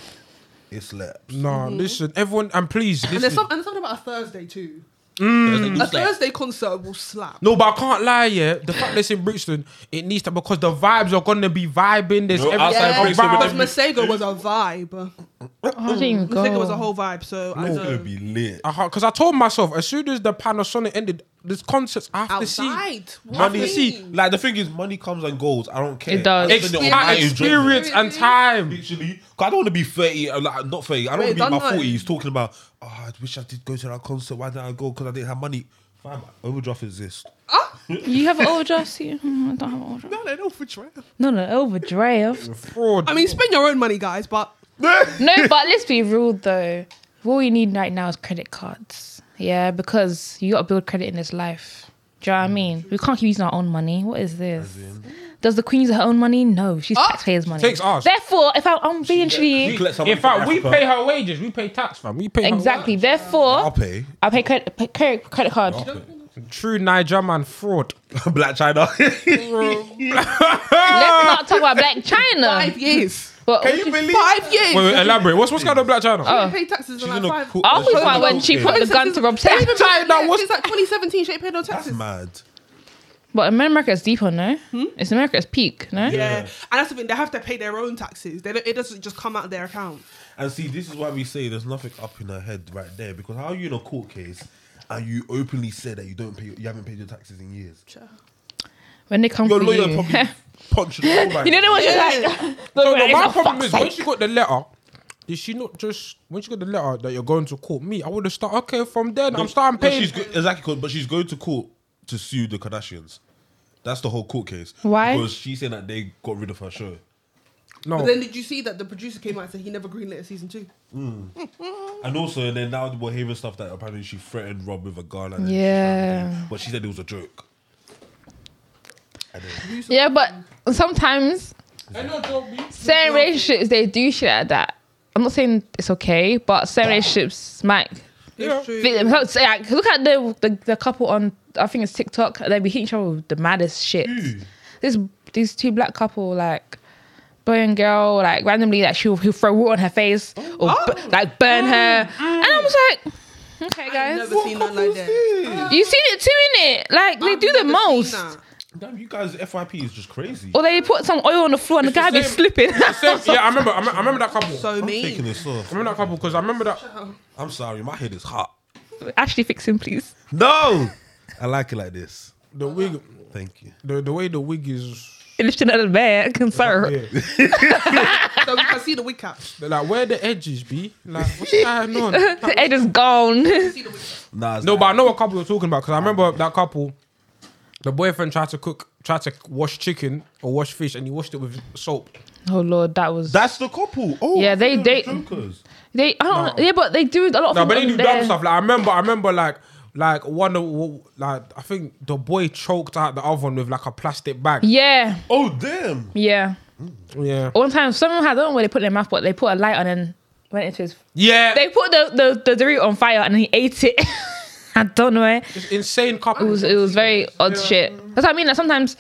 Speaker 5: it slaps.
Speaker 2: no, listen, everyone, and please,
Speaker 4: Mm-hmm. and there's
Speaker 2: listen.
Speaker 4: some, and there's something about a Thursday too. A Thursday concert will slap.
Speaker 2: no, but I can't lie. Yeah, the fact that it's in Brixton, it needs to because the vibes are gonna be vibing. There's
Speaker 5: No,
Speaker 2: everything
Speaker 5: outside
Speaker 4: Yeah,
Speaker 5: Brixton with
Speaker 2: around.
Speaker 4: because
Speaker 5: them-
Speaker 4: Masego was a vibe.
Speaker 3: Oh, I didn't even go.
Speaker 4: Masego was a whole vibe. So I
Speaker 5: It's gonna
Speaker 4: don't.
Speaker 5: be lit.
Speaker 2: Because I told myself as soon as the Panasonic ended, this concerts I have to see.
Speaker 4: Outside, What
Speaker 5: Money,
Speaker 4: do you
Speaker 2: see,
Speaker 4: mean?
Speaker 5: like the thing is, money comes and goes. I don't care.
Speaker 3: It does.
Speaker 5: I spend it on my
Speaker 2: Experience,
Speaker 5: enjoyment.
Speaker 2: experience
Speaker 4: Mm-hmm.
Speaker 2: and time.
Speaker 5: Literally, 'Cause I don't want to be thirty. uh, Like, not thirty. I don't
Speaker 4: Wait,
Speaker 5: want to be in my
Speaker 4: don't know.
Speaker 5: forties talking about. Oh, I wish I did go to that concert. Why didn't I go? Because I didn't have money. Fam, overdraft exists.
Speaker 4: Ah,
Speaker 3: You have an overdraft? You- Hmm, I don't have an overdraft.
Speaker 4: No, they don't for trial.
Speaker 3: No, no, overdraft.
Speaker 2: Fraud.
Speaker 4: I mean, spend your own money, guys, but
Speaker 3: no, but let's be real though. What we need right now is credit cards. Yeah, because you got to build credit in this life. Do you know what I mean? We can't keep using our own money. What is this? Does the queen use her own money? No, she's
Speaker 4: Oh,
Speaker 3: taxpayers' money.
Speaker 2: takes ours.
Speaker 3: Therefore, if I, I'm being treated
Speaker 5: collect some
Speaker 2: in
Speaker 5: money from
Speaker 2: fact, we
Speaker 5: Africa.
Speaker 2: pay her wages. We pay tax, fam. We pay her
Speaker 3: exactly.
Speaker 5: I'll
Speaker 3: Therefore,
Speaker 5: pay.
Speaker 3: I pay credit pay credit, credit card.
Speaker 2: wa- True Niger man fraud.
Speaker 5: Black China.
Speaker 3: Let's not talk about Black China.
Speaker 4: five years.
Speaker 3: But
Speaker 5: Can you believe?
Speaker 4: Five years.
Speaker 2: Wait, wait, elaborate. What's what's going on with Black China?
Speaker 3: Oh,
Speaker 4: She didn't pay taxes in
Speaker 5: She's
Speaker 4: like
Speaker 5: in a
Speaker 4: five.
Speaker 5: cool-
Speaker 3: I always
Speaker 5: She's
Speaker 3: thought
Speaker 5: in a
Speaker 3: when
Speaker 5: cool
Speaker 3: she
Speaker 5: case.
Speaker 3: put the gun to Rob
Speaker 4: They
Speaker 3: Taylor.
Speaker 4: even
Speaker 2: China,
Speaker 4: paid-
Speaker 2: what's-
Speaker 4: Since like 2017, she ain't paid no
Speaker 5: That's
Speaker 4: taxes.
Speaker 5: mad.
Speaker 3: But in America, it's deeper, no? It's America, it's peak, no?
Speaker 4: Yeah. and that's the thing. They have to pay their own taxes. They don't, it doesn't just come out of their account.
Speaker 5: And see, this is why we say there's nothing up in her head right there because how are you in a court case and you openly say that you don't pay, you haven't paid your taxes in years?
Speaker 3: When they come
Speaker 5: Your
Speaker 3: for you.
Speaker 5: lawyer probably punched you.
Speaker 3: you know the ones you're like,
Speaker 2: So
Speaker 3: Look,
Speaker 2: the,
Speaker 3: right,
Speaker 2: my
Speaker 3: for
Speaker 2: problem
Speaker 3: fuck's
Speaker 2: is when
Speaker 3: sake.
Speaker 2: she got the letter, did she not just when she got the letter that you're going to court? Me, I would have started. Okay, from then I'm starting
Speaker 5: But
Speaker 2: paying.
Speaker 5: She's go- exactly, 'cause- but she's going to court to sue the Kardashians. That's the whole court case.
Speaker 3: Why?
Speaker 5: Because she's saying that they got rid of her show.
Speaker 2: no,
Speaker 4: But then did you see that the producer came out and said he never greenlit season two?
Speaker 5: And also, then now we're hearing stuff that apparently she threatened Rob with a gun. And then she
Speaker 3: Yeah.
Speaker 5: shot him. But she said it was a joke. And then,
Speaker 3: Yeah, but sometimes certain relationships they do shit like that. I'm not saying it's okay, but certain relationships might
Speaker 2: Yeah.
Speaker 4: It's true.
Speaker 3: fit them. So, like, look at the, the the couple on I think it's TikTok. They be hitting each other with the maddest shit. This these two black couple like. Boy and girl, like randomly, like she'll, he'll throw water on her face
Speaker 2: Oh,
Speaker 3: or bu- like burn her,
Speaker 2: Mm,
Speaker 3: and I was like, okay,
Speaker 4: I've
Speaker 3: guys,
Speaker 4: never seen that like that.
Speaker 3: you seen it too, innit? Like they
Speaker 4: I've
Speaker 3: do the
Speaker 4: never seen
Speaker 3: most.
Speaker 4: that.
Speaker 5: damn, you guys, FYP is just crazy.
Speaker 3: Or they put some oil on the floor and
Speaker 2: It's
Speaker 3: the guy
Speaker 2: the
Speaker 3: be
Speaker 2: same-
Speaker 3: slipping.
Speaker 2: Same- yeah, I remember. I remember, I remember that couple.
Speaker 4: So
Speaker 5: I'm taking
Speaker 4: mean.
Speaker 5: this off.
Speaker 2: I remember that couple because I remember that.
Speaker 5: I'm sorry, my head is hot.
Speaker 3: Ashley, fix him, please.
Speaker 5: No! I like it like this.
Speaker 2: The wig,
Speaker 5: Thank you.
Speaker 2: the, the way the wig is,
Speaker 3: You're lifting out of the bag, and sir.
Speaker 2: yeah.
Speaker 4: So you can see the wig cap.
Speaker 2: like where the edges be, like what's going on?
Speaker 3: The edge is gone.
Speaker 4: See the wig cap.
Speaker 5: Nah, it's
Speaker 2: No,
Speaker 5: not.
Speaker 2: but I know what couple you're talking about because I remember that couple. The boyfriend tried to cook, tried to wash chicken or wash fish, and he washed it with soap.
Speaker 3: oh lord, that was
Speaker 5: That's the couple. Oh,
Speaker 3: Yeah,
Speaker 5: I
Speaker 3: they-
Speaker 5: thought they
Speaker 3: they-
Speaker 5: were jokers.
Speaker 3: they. I don't, Yeah, but they do a lot
Speaker 2: No,
Speaker 3: of. things
Speaker 2: but they
Speaker 3: on
Speaker 2: do
Speaker 3: there.
Speaker 2: dumb stuff. Like I remember, I remember like like one of like I think the boy choked out the other one with like a plastic bag.
Speaker 3: Yeah,
Speaker 5: Oh, damn.
Speaker 3: yeah.
Speaker 2: Yeah,
Speaker 3: One time, someone had I don't know where they put their mouth, but they put a light on and went into his.
Speaker 2: yeah.
Speaker 3: They put the the the Dorito on fire and he ate it. I don't know. eh.
Speaker 2: It's insane couple.
Speaker 3: It was it was very odd shit. That's what I mean. Like sometimes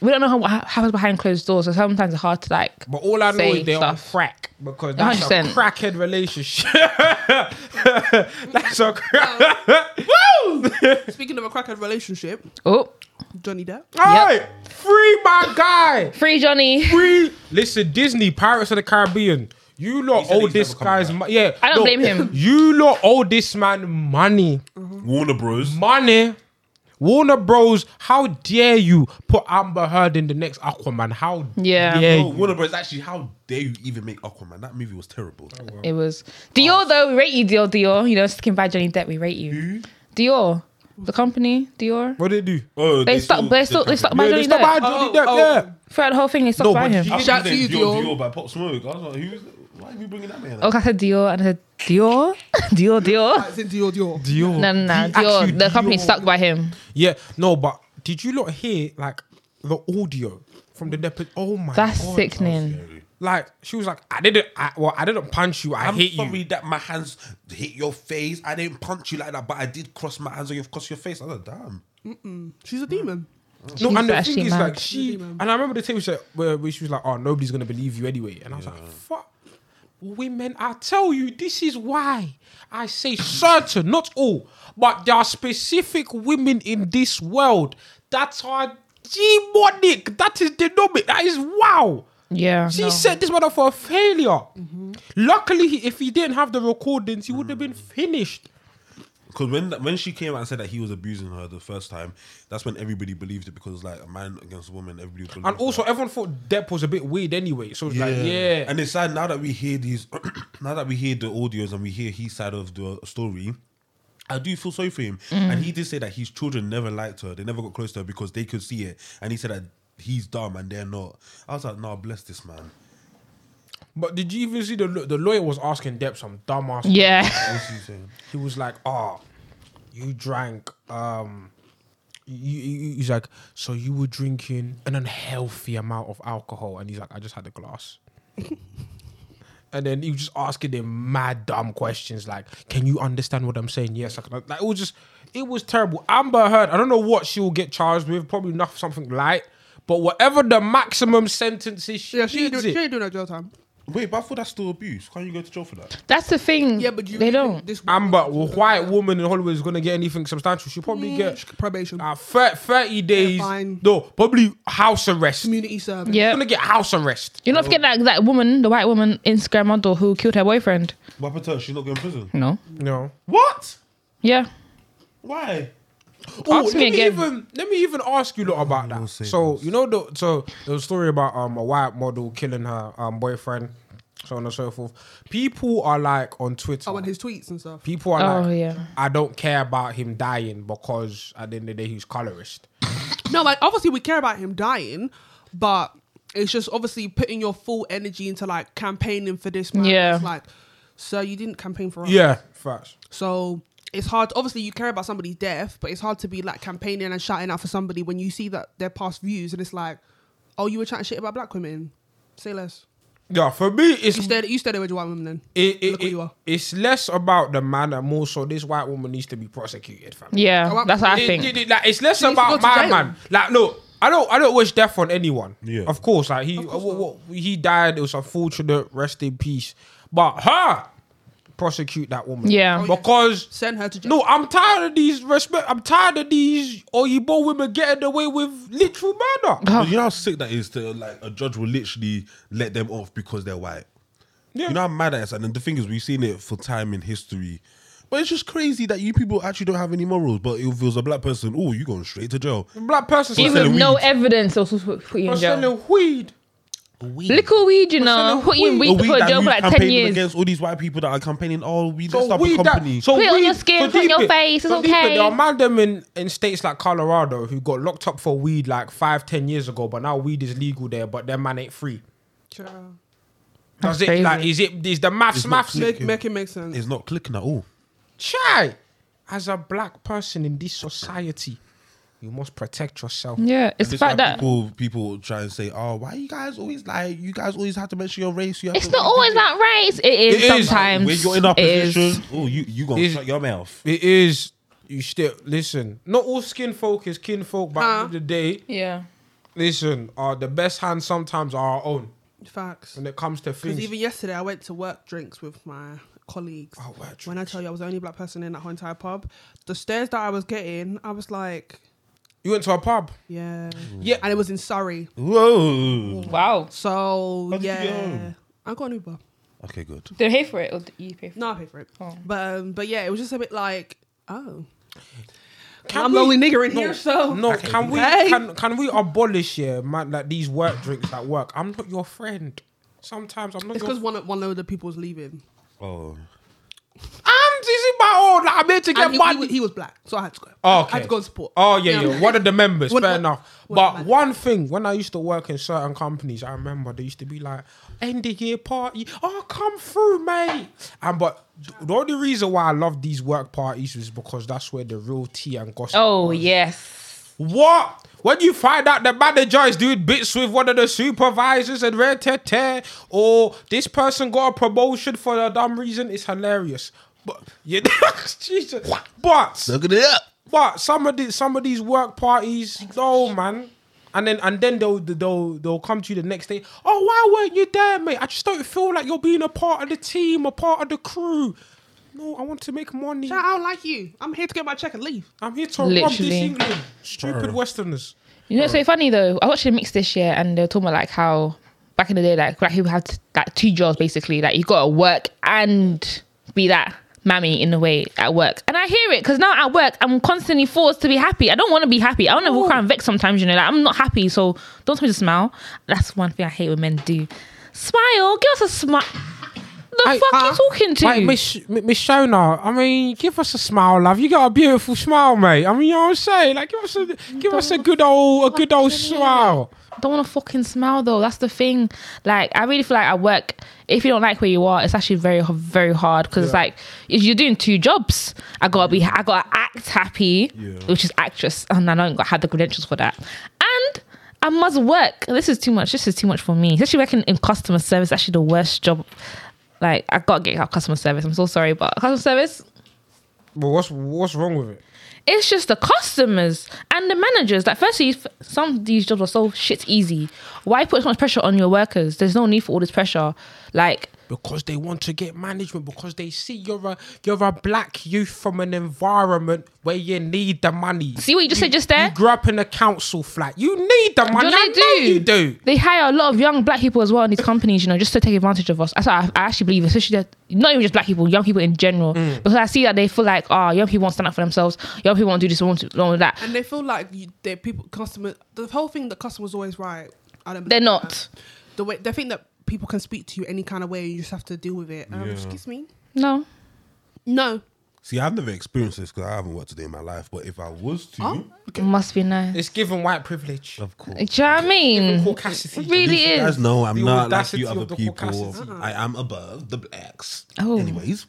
Speaker 3: we don't know how, how happens behind closed doors, so sometimes it's hard to like.
Speaker 2: but all I know
Speaker 3: say
Speaker 2: is they're on
Speaker 3: stuff.
Speaker 2: crack because that's a
Speaker 3: 100%.
Speaker 2: crackhead relationship. that's a crack.
Speaker 4: Speaking of a crackhead relationship,
Speaker 3: Oh,
Speaker 4: Johnny Depp.
Speaker 2: Hey, free my guy.
Speaker 3: free Johnny.
Speaker 2: Free. Listen, Disney Pirates of the Caribbean. You lot
Speaker 5: said
Speaker 2: owe
Speaker 5: he's never
Speaker 2: this
Speaker 5: coming
Speaker 2: guy's
Speaker 5: back.
Speaker 2: mo- yeah.
Speaker 3: I don't blame him.
Speaker 2: You lot owe this man money.
Speaker 5: Warner Bros.
Speaker 2: money. Warner Bros. How dare you put Amber Heard in the next Aquaman? How
Speaker 3: Yeah.
Speaker 2: dare
Speaker 5: No,
Speaker 2: you?
Speaker 5: Oh, Warner Bros. Actually, how dare you even make Aquaman? That movie was terrible.
Speaker 3: It was Dior though. We rate you, Dior. Dior. You know, sticking by Johnny Depp. We rate you. Dior, the company. Dior.
Speaker 2: What did they do?
Speaker 5: Oh,
Speaker 3: They stuck. They still. They stuck by
Speaker 2: Yeah,
Speaker 3: Johnny
Speaker 2: they stop by
Speaker 3: Depp.
Speaker 2: Johnny
Speaker 4: Oh,
Speaker 2: Depp.
Speaker 4: oh.
Speaker 2: Yeah.
Speaker 3: Throughout the whole thing, they stuck
Speaker 2: No,
Speaker 3: by
Speaker 2: but
Speaker 3: him.
Speaker 2: he-
Speaker 5: I
Speaker 4: Shout
Speaker 5: was
Speaker 4: to you,
Speaker 5: saying Dior,
Speaker 4: Dior.
Speaker 5: Dior by Pop Smoke. I was like, who's? Why are you bringing that man? up?
Speaker 3: Oh, I said Dior, and I said Dior, Dior, Dior.
Speaker 4: It's in Dior Dior.
Speaker 2: Dior.
Speaker 3: No, no,
Speaker 2: He
Speaker 3: no.
Speaker 2: actually
Speaker 3: Dior. The company
Speaker 2: Dior.
Speaker 3: stuck by him.
Speaker 2: Yeah. No, but did you not hear like the audio from the Depp? Oh my
Speaker 3: That's
Speaker 2: god.
Speaker 3: sickening.
Speaker 2: Like she was like, I didn't. I, well, I didn't punch you. I
Speaker 5: I'm
Speaker 2: hit
Speaker 5: sorry
Speaker 2: you.
Speaker 5: that my hands hit your face. I didn't punch you like that, but I did cross my hands on your cross your face. I was like, damn.
Speaker 4: She's a demon.
Speaker 2: No, and the
Speaker 3: actually
Speaker 2: thing is,
Speaker 3: mad.
Speaker 2: like, she and I remember the tape she- where, where she was like, "Oh, nobody's gonna believe you anyway," and I was like, "Fuck." Women, I tell you, this is why I say certain, not all, but there are specific women in this world that are demonic. That is demonic. That is wow.
Speaker 3: Yeah.
Speaker 2: She
Speaker 3: no. Mm-hmm.
Speaker 2: set this man up for a failure. Luckily, he- if he didn't have the recordings, he would have been finished.
Speaker 5: Because when when she came out and said that he was abusing her the first time, that's when everybody believed it because like a man against a woman, everybody. Believed
Speaker 2: And
Speaker 5: that.
Speaker 2: also, everyone thought Depp was a bit weird anyway. So it's like, yeah,
Speaker 5: And it's sad now that we hear these, now that we hear the audios and we hear his side of the story, I do feel sorry for him.
Speaker 2: Mm.
Speaker 5: And he did say that his children never liked her. They never got close to her because they could see it. And he said that he's dumb and they're not. I was like, nah, bless this man.
Speaker 2: But did you even see the the lawyer was asking Depp some dumbass?
Speaker 3: Yeah.
Speaker 5: What's he saying?
Speaker 2: He was like, "Ah, you drank." Um, you, you- he's like, "So you were drinking an unhealthy amount of alcohol?" And he's like, "I just had a glass." and then he was just asking him mad dumb questions like, "Can you understand what I'm saying?" Yes, I can. Like, it was just, it was terrible. Amber Heard, I don't know what she will get charged with. Probably not something light. But whatever the maximum sentence is, she,
Speaker 4: Yeah, she ain't,
Speaker 2: needs
Speaker 4: doing, she
Speaker 2: it.
Speaker 4: ain't doing her jail time.
Speaker 5: Wait, but I thought that's still abuse. Can't you go to jail for that?
Speaker 3: That's the thing.
Speaker 4: Yeah, but you
Speaker 3: they don't.
Speaker 4: This
Speaker 2: Amber, a white woman in Hollywood is gonna get anything substantial. She'll probably get
Speaker 4: probation,
Speaker 2: Uh, thir- 30 days.
Speaker 4: fine.
Speaker 2: No, probably house arrest. You're
Speaker 4: community service.
Speaker 3: yeah.
Speaker 2: gonna get house arrest.
Speaker 3: You're not forgetting that, that woman, the white woman Instagram model who killed her boyfriend.
Speaker 5: What happened to her? She's not going to prison.
Speaker 3: No.
Speaker 2: No.
Speaker 5: What?
Speaker 3: Yeah.
Speaker 5: Why?
Speaker 3: Ask me
Speaker 2: Oh, let
Speaker 3: again.
Speaker 2: even let me even ask you lot about that.
Speaker 5: say
Speaker 2: So you know the so the story about um a white model killing her um boyfriend, so on and so forth. People are like on Twitter.
Speaker 4: I want his tweets and stuff.
Speaker 2: People are
Speaker 3: Oh,
Speaker 2: like,
Speaker 3: yeah.
Speaker 2: I don't care about him dying because at the end of the day he's colorist.
Speaker 4: No, like obviously we care about him dying, but it's just obviously putting your full energy into like campaigning for this man.
Speaker 3: Yeah.
Speaker 4: It's like, sir, you didn't campaign for us.
Speaker 2: Yeah, facts.
Speaker 4: So it's hard. Obviously, you care about somebody's death, but it's hard to be like campaigning and shouting out for somebody when you see that their past views and it's like, oh, you were chatting shit about black women. Say less.
Speaker 2: Yeah, for me it's
Speaker 4: You stayed. You stayed away with white women then.
Speaker 2: Mm. it, it,
Speaker 4: Look where you are.
Speaker 2: it, it's less about the man and more so this white woman needs to be prosecuted, fam.
Speaker 3: Yeah. that's what I
Speaker 2: It-
Speaker 3: think.
Speaker 2: it- it- like, it's less
Speaker 4: needs to go
Speaker 2: about
Speaker 4: to
Speaker 2: my
Speaker 4: jail.
Speaker 2: man. Like, no, I don't. I don't wish death on anyone.
Speaker 5: Yeah.
Speaker 2: Of course, like he, what- what- he died. It was unfortunate. Rest in peace. But her, prosecute that woman.
Speaker 3: Yeah. Oh, yeah.
Speaker 2: Because
Speaker 4: Send her to jail.
Speaker 2: no, I'm tired of these respect. I'm tired of these Oyibo women getting away with literal murder.
Speaker 3: Oh.
Speaker 5: You know how sick that is to like a judge will literally let them off because they're white.
Speaker 2: Yeah.
Speaker 5: You know how mad that is, and then the thing is, we've seen it for time in history. But it's just crazy that you people actually don't have any morals. But if it was a black person, oh, you going straight to jail.
Speaker 2: Black person
Speaker 3: Even
Speaker 5: selling
Speaker 3: with no
Speaker 5: weed.
Speaker 3: evidence, also put put you
Speaker 2: for
Speaker 3: in jail.
Speaker 2: selling weed.
Speaker 3: Little weed, you know,
Speaker 2: selling
Speaker 3: put you in
Speaker 2: weed.
Speaker 5: The
Speaker 3: weed
Speaker 5: weed
Speaker 3: for
Speaker 5: that
Speaker 3: jail
Speaker 5: you
Speaker 3: for like ten
Speaker 5: campaigning
Speaker 3: years.
Speaker 5: against all these white people that are campaigning. Oh, we
Speaker 2: So
Speaker 5: let's stop a
Speaker 2: weed
Speaker 5: company.
Speaker 2: that. So
Speaker 3: Put it on
Speaker 2: weed-
Speaker 3: your skin,
Speaker 2: so
Speaker 3: put it on
Speaker 2: deep
Speaker 3: your face, it's
Speaker 2: so deep
Speaker 3: okay.
Speaker 2: There are man them in, in states like Colorado who got locked up for weed like five, ten years ago, but now weed is legal there, but their man ain't free.
Speaker 4: Child.
Speaker 2: Does
Speaker 3: That's
Speaker 2: it
Speaker 3: crazy.
Speaker 2: like is it is the maths
Speaker 5: not
Speaker 2: maths?
Speaker 5: clear.
Speaker 4: Make, make it make sense.
Speaker 5: It's not clicking at all.
Speaker 2: Chai, as a black person in this society, you must protect yourself.
Speaker 3: Yeah, it's the
Speaker 5: This is why
Speaker 3: fact that
Speaker 5: people people try and say, oh, why you guys always like you guys always have to mention your race. You have
Speaker 3: it's
Speaker 5: to
Speaker 3: not always that race. It is
Speaker 2: It is.
Speaker 3: sometimes.
Speaker 5: When you're in our
Speaker 3: It is.
Speaker 5: position, oh, you you gonna
Speaker 2: Is-
Speaker 5: shut your mouth.
Speaker 2: It is you still listen. Not all skin folk is kin folk. But
Speaker 4: Huh.
Speaker 2: at the end of the day,
Speaker 3: Yeah.
Speaker 2: listen, uh, the best hands sometimes are our own
Speaker 4: Facts.
Speaker 2: when it comes to things.
Speaker 4: Because even yesterday, I went to work drinks with my colleagues.
Speaker 2: Oh, work
Speaker 4: when I tell you I was the only black person in that whole entire pub, the stares that I was getting, I was like,
Speaker 2: you went to a pub.
Speaker 4: yeah,
Speaker 2: Yeah.
Speaker 4: and it was in Surrey.
Speaker 5: Whoa.
Speaker 3: Wow.
Speaker 4: So
Speaker 5: How did you get
Speaker 4: yeah,
Speaker 5: home?
Speaker 4: I got an Uber.
Speaker 5: Okay, good.
Speaker 3: Did they pay for it or did you pay for it?
Speaker 4: No, I pay for it.
Speaker 3: Oh.
Speaker 4: But um, but yeah, it was just a bit like, oh,
Speaker 2: Can
Speaker 4: I'm
Speaker 2: we-
Speaker 4: the only nigger in
Speaker 2: No,
Speaker 4: here, so
Speaker 2: no, can we
Speaker 4: Hey.
Speaker 2: can, can we abolish yeah, man? Like these work drinks at work. I'm not your friend. Sometimes I'm not.
Speaker 4: it's
Speaker 2: your
Speaker 4: because one of- one load of people was leaving.
Speaker 5: Oh.
Speaker 2: I'm is my own. Like, I'm here to get
Speaker 4: And he, he,
Speaker 2: money.
Speaker 4: wa- he was black, so I had to go.
Speaker 2: Oh,
Speaker 4: I had to go and support.
Speaker 2: Oh yeah, yeah. One of the members.
Speaker 4: One-
Speaker 2: fair
Speaker 4: one-
Speaker 2: enough.
Speaker 4: one
Speaker 2: but
Speaker 4: man.
Speaker 2: one thing, when I used to work in certain companies, I remember they used to be like end of year party. Oh, come through, mate. And but the only reason why I love these work parties was because that's where the real tea and gossip.
Speaker 3: Oh yes.
Speaker 2: What? When you find out the manager is doing bits with one of the supervisors and red tear tear, or this person got a promotion for a dumb reason, it's hilarious. But yeah, Jesus. But
Speaker 5: Look at it up.
Speaker 2: but some of these some of these work parties, no man. And then and then they'll they'll they'll come to you the next day. Oh, why weren't you there, mate? I just don't feel like you're being a part of the team, a part of the crew. No, I want to make money.
Speaker 4: I don't like you. I'm here to get my check and leave.
Speaker 2: I'm here to rob this
Speaker 3: Literally.
Speaker 2: England. Stupid Westerners.
Speaker 3: You know, it's so funny though. I watched a mix this year, and they were talking about like how back in the day, like black people had to, like two jobs basically. Like you got to work and be that mammy in a way at work. And I hear it because now at work, I'm constantly forced to be happy. I don't want to be happy. I want to walk around vexed sometimes. You know, like I'm not happy, so don't tell me to smile. That's one thing I hate when men do. Smile, give us a smile. the
Speaker 2: Hey,
Speaker 3: fuck
Speaker 2: huh?
Speaker 3: you talking to?
Speaker 2: Like Miss M- Miss Shona, I mean, give us a smile, love. You got a beautiful smile, mate. I mean, you know what I'm saying? Like, give us a give us a good old a good old smile.
Speaker 3: don't want to fucking smile though. That's the thing. Like, I really feel like at work, if you don't like where you are, it's actually very, h- very hard because it's like if you're doing two jobs. I gotta be, I gotta act happy, which is actress, and I don't got- have the credentials for that. And I must work. This is too much. This is too much for me. Especially working in customer service, actually the worst job. Like, I gotta get out customer service. I'm so sorry, but customer service,
Speaker 2: But what's what's wrong with it?
Speaker 3: it's just the customers and the managers. Like, firstly, f- some of these jobs are so shit easy. Why put so much pressure on your workers? There's no need for all this pressure. Like,
Speaker 2: Because they want to get management. Because they see you're a you're a black youth from an environment where you need the money.
Speaker 3: see what you just said just there?
Speaker 2: You grew up in a council flat. You need the money.
Speaker 3: You know
Speaker 2: I
Speaker 3: they
Speaker 2: know
Speaker 3: do.
Speaker 2: you do.
Speaker 3: They hire a lot of young black people as well in these companies, you know, just to take advantage of us. That's what I, I actually believe, especially that not even just black people, young people in general, because I see that they feel like, oh, young people won't stand up for themselves, young people won't do this, won't do won't do that.
Speaker 4: and they feel like you, their people, customer, the whole thing that customers always right. I don't.
Speaker 3: They're
Speaker 4: believe
Speaker 3: not.
Speaker 4: that. The way they think that people can speak to you any kind of way, you just have to deal with it. Um,
Speaker 5: Yeah.
Speaker 4: Excuse me.
Speaker 3: No.
Speaker 4: No.
Speaker 5: See, I've never experienced this because I haven't worked today in my life. But if I was to,
Speaker 4: Oh.
Speaker 3: It must be nice.
Speaker 2: It's given white privilege.
Speaker 5: of course.
Speaker 3: Do you know what I mean?
Speaker 2: Caucasity.
Speaker 3: It really
Speaker 5: You guys
Speaker 3: is.
Speaker 5: know I'm
Speaker 2: The
Speaker 5: not like
Speaker 2: audacity
Speaker 5: you
Speaker 2: of
Speaker 5: other
Speaker 2: the
Speaker 5: people.
Speaker 2: caucasity.
Speaker 5: I am above the blacks.
Speaker 3: Oh.
Speaker 5: Anyways.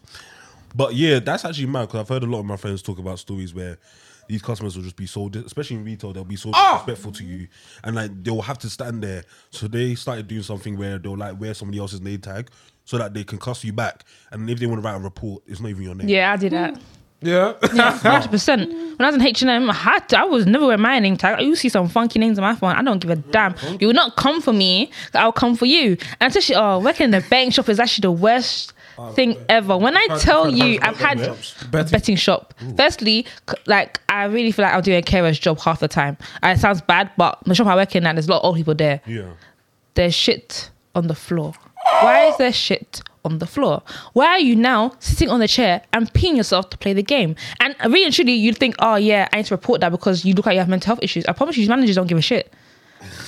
Speaker 5: But yeah, that's actually mad because I've heard a lot of my friends talk about stories where these customers will just be so, dis- especially in retail, they'll be so disrespectful to you, and like they will have to stand there. So they started doing something where they'll like wear somebody else's name tag so that they can cuss you back, and if they want to write a report, it's not even your name.
Speaker 3: Yeah, I did that.
Speaker 2: Yeah.
Speaker 3: hundred percent. When I was in H and M, I had to, I was never wearing my name tag. You see some funky names on my phone. I don't give a damn. You will not come for me. I'll come for you. And especially, oh, working in the bank shop is actually the worst
Speaker 2: Oh,
Speaker 3: thing ever. When I tell you, I've had
Speaker 2: Betting-
Speaker 3: a betting shop. Firstly, c- like I really feel like I'm doing a carer's job half the time. And it sounds bad, but the shop I work in, and there's a lot of old people there
Speaker 5: Yeah.
Speaker 3: there's shit on the floor? Why is there shit on the floor? Why are you now sitting on the chair and peeing yourself to play the game? And really and truly, you'd think, oh yeah, I need to report that because you look like you have mental health issues. I promise you, these managers don't give a shit.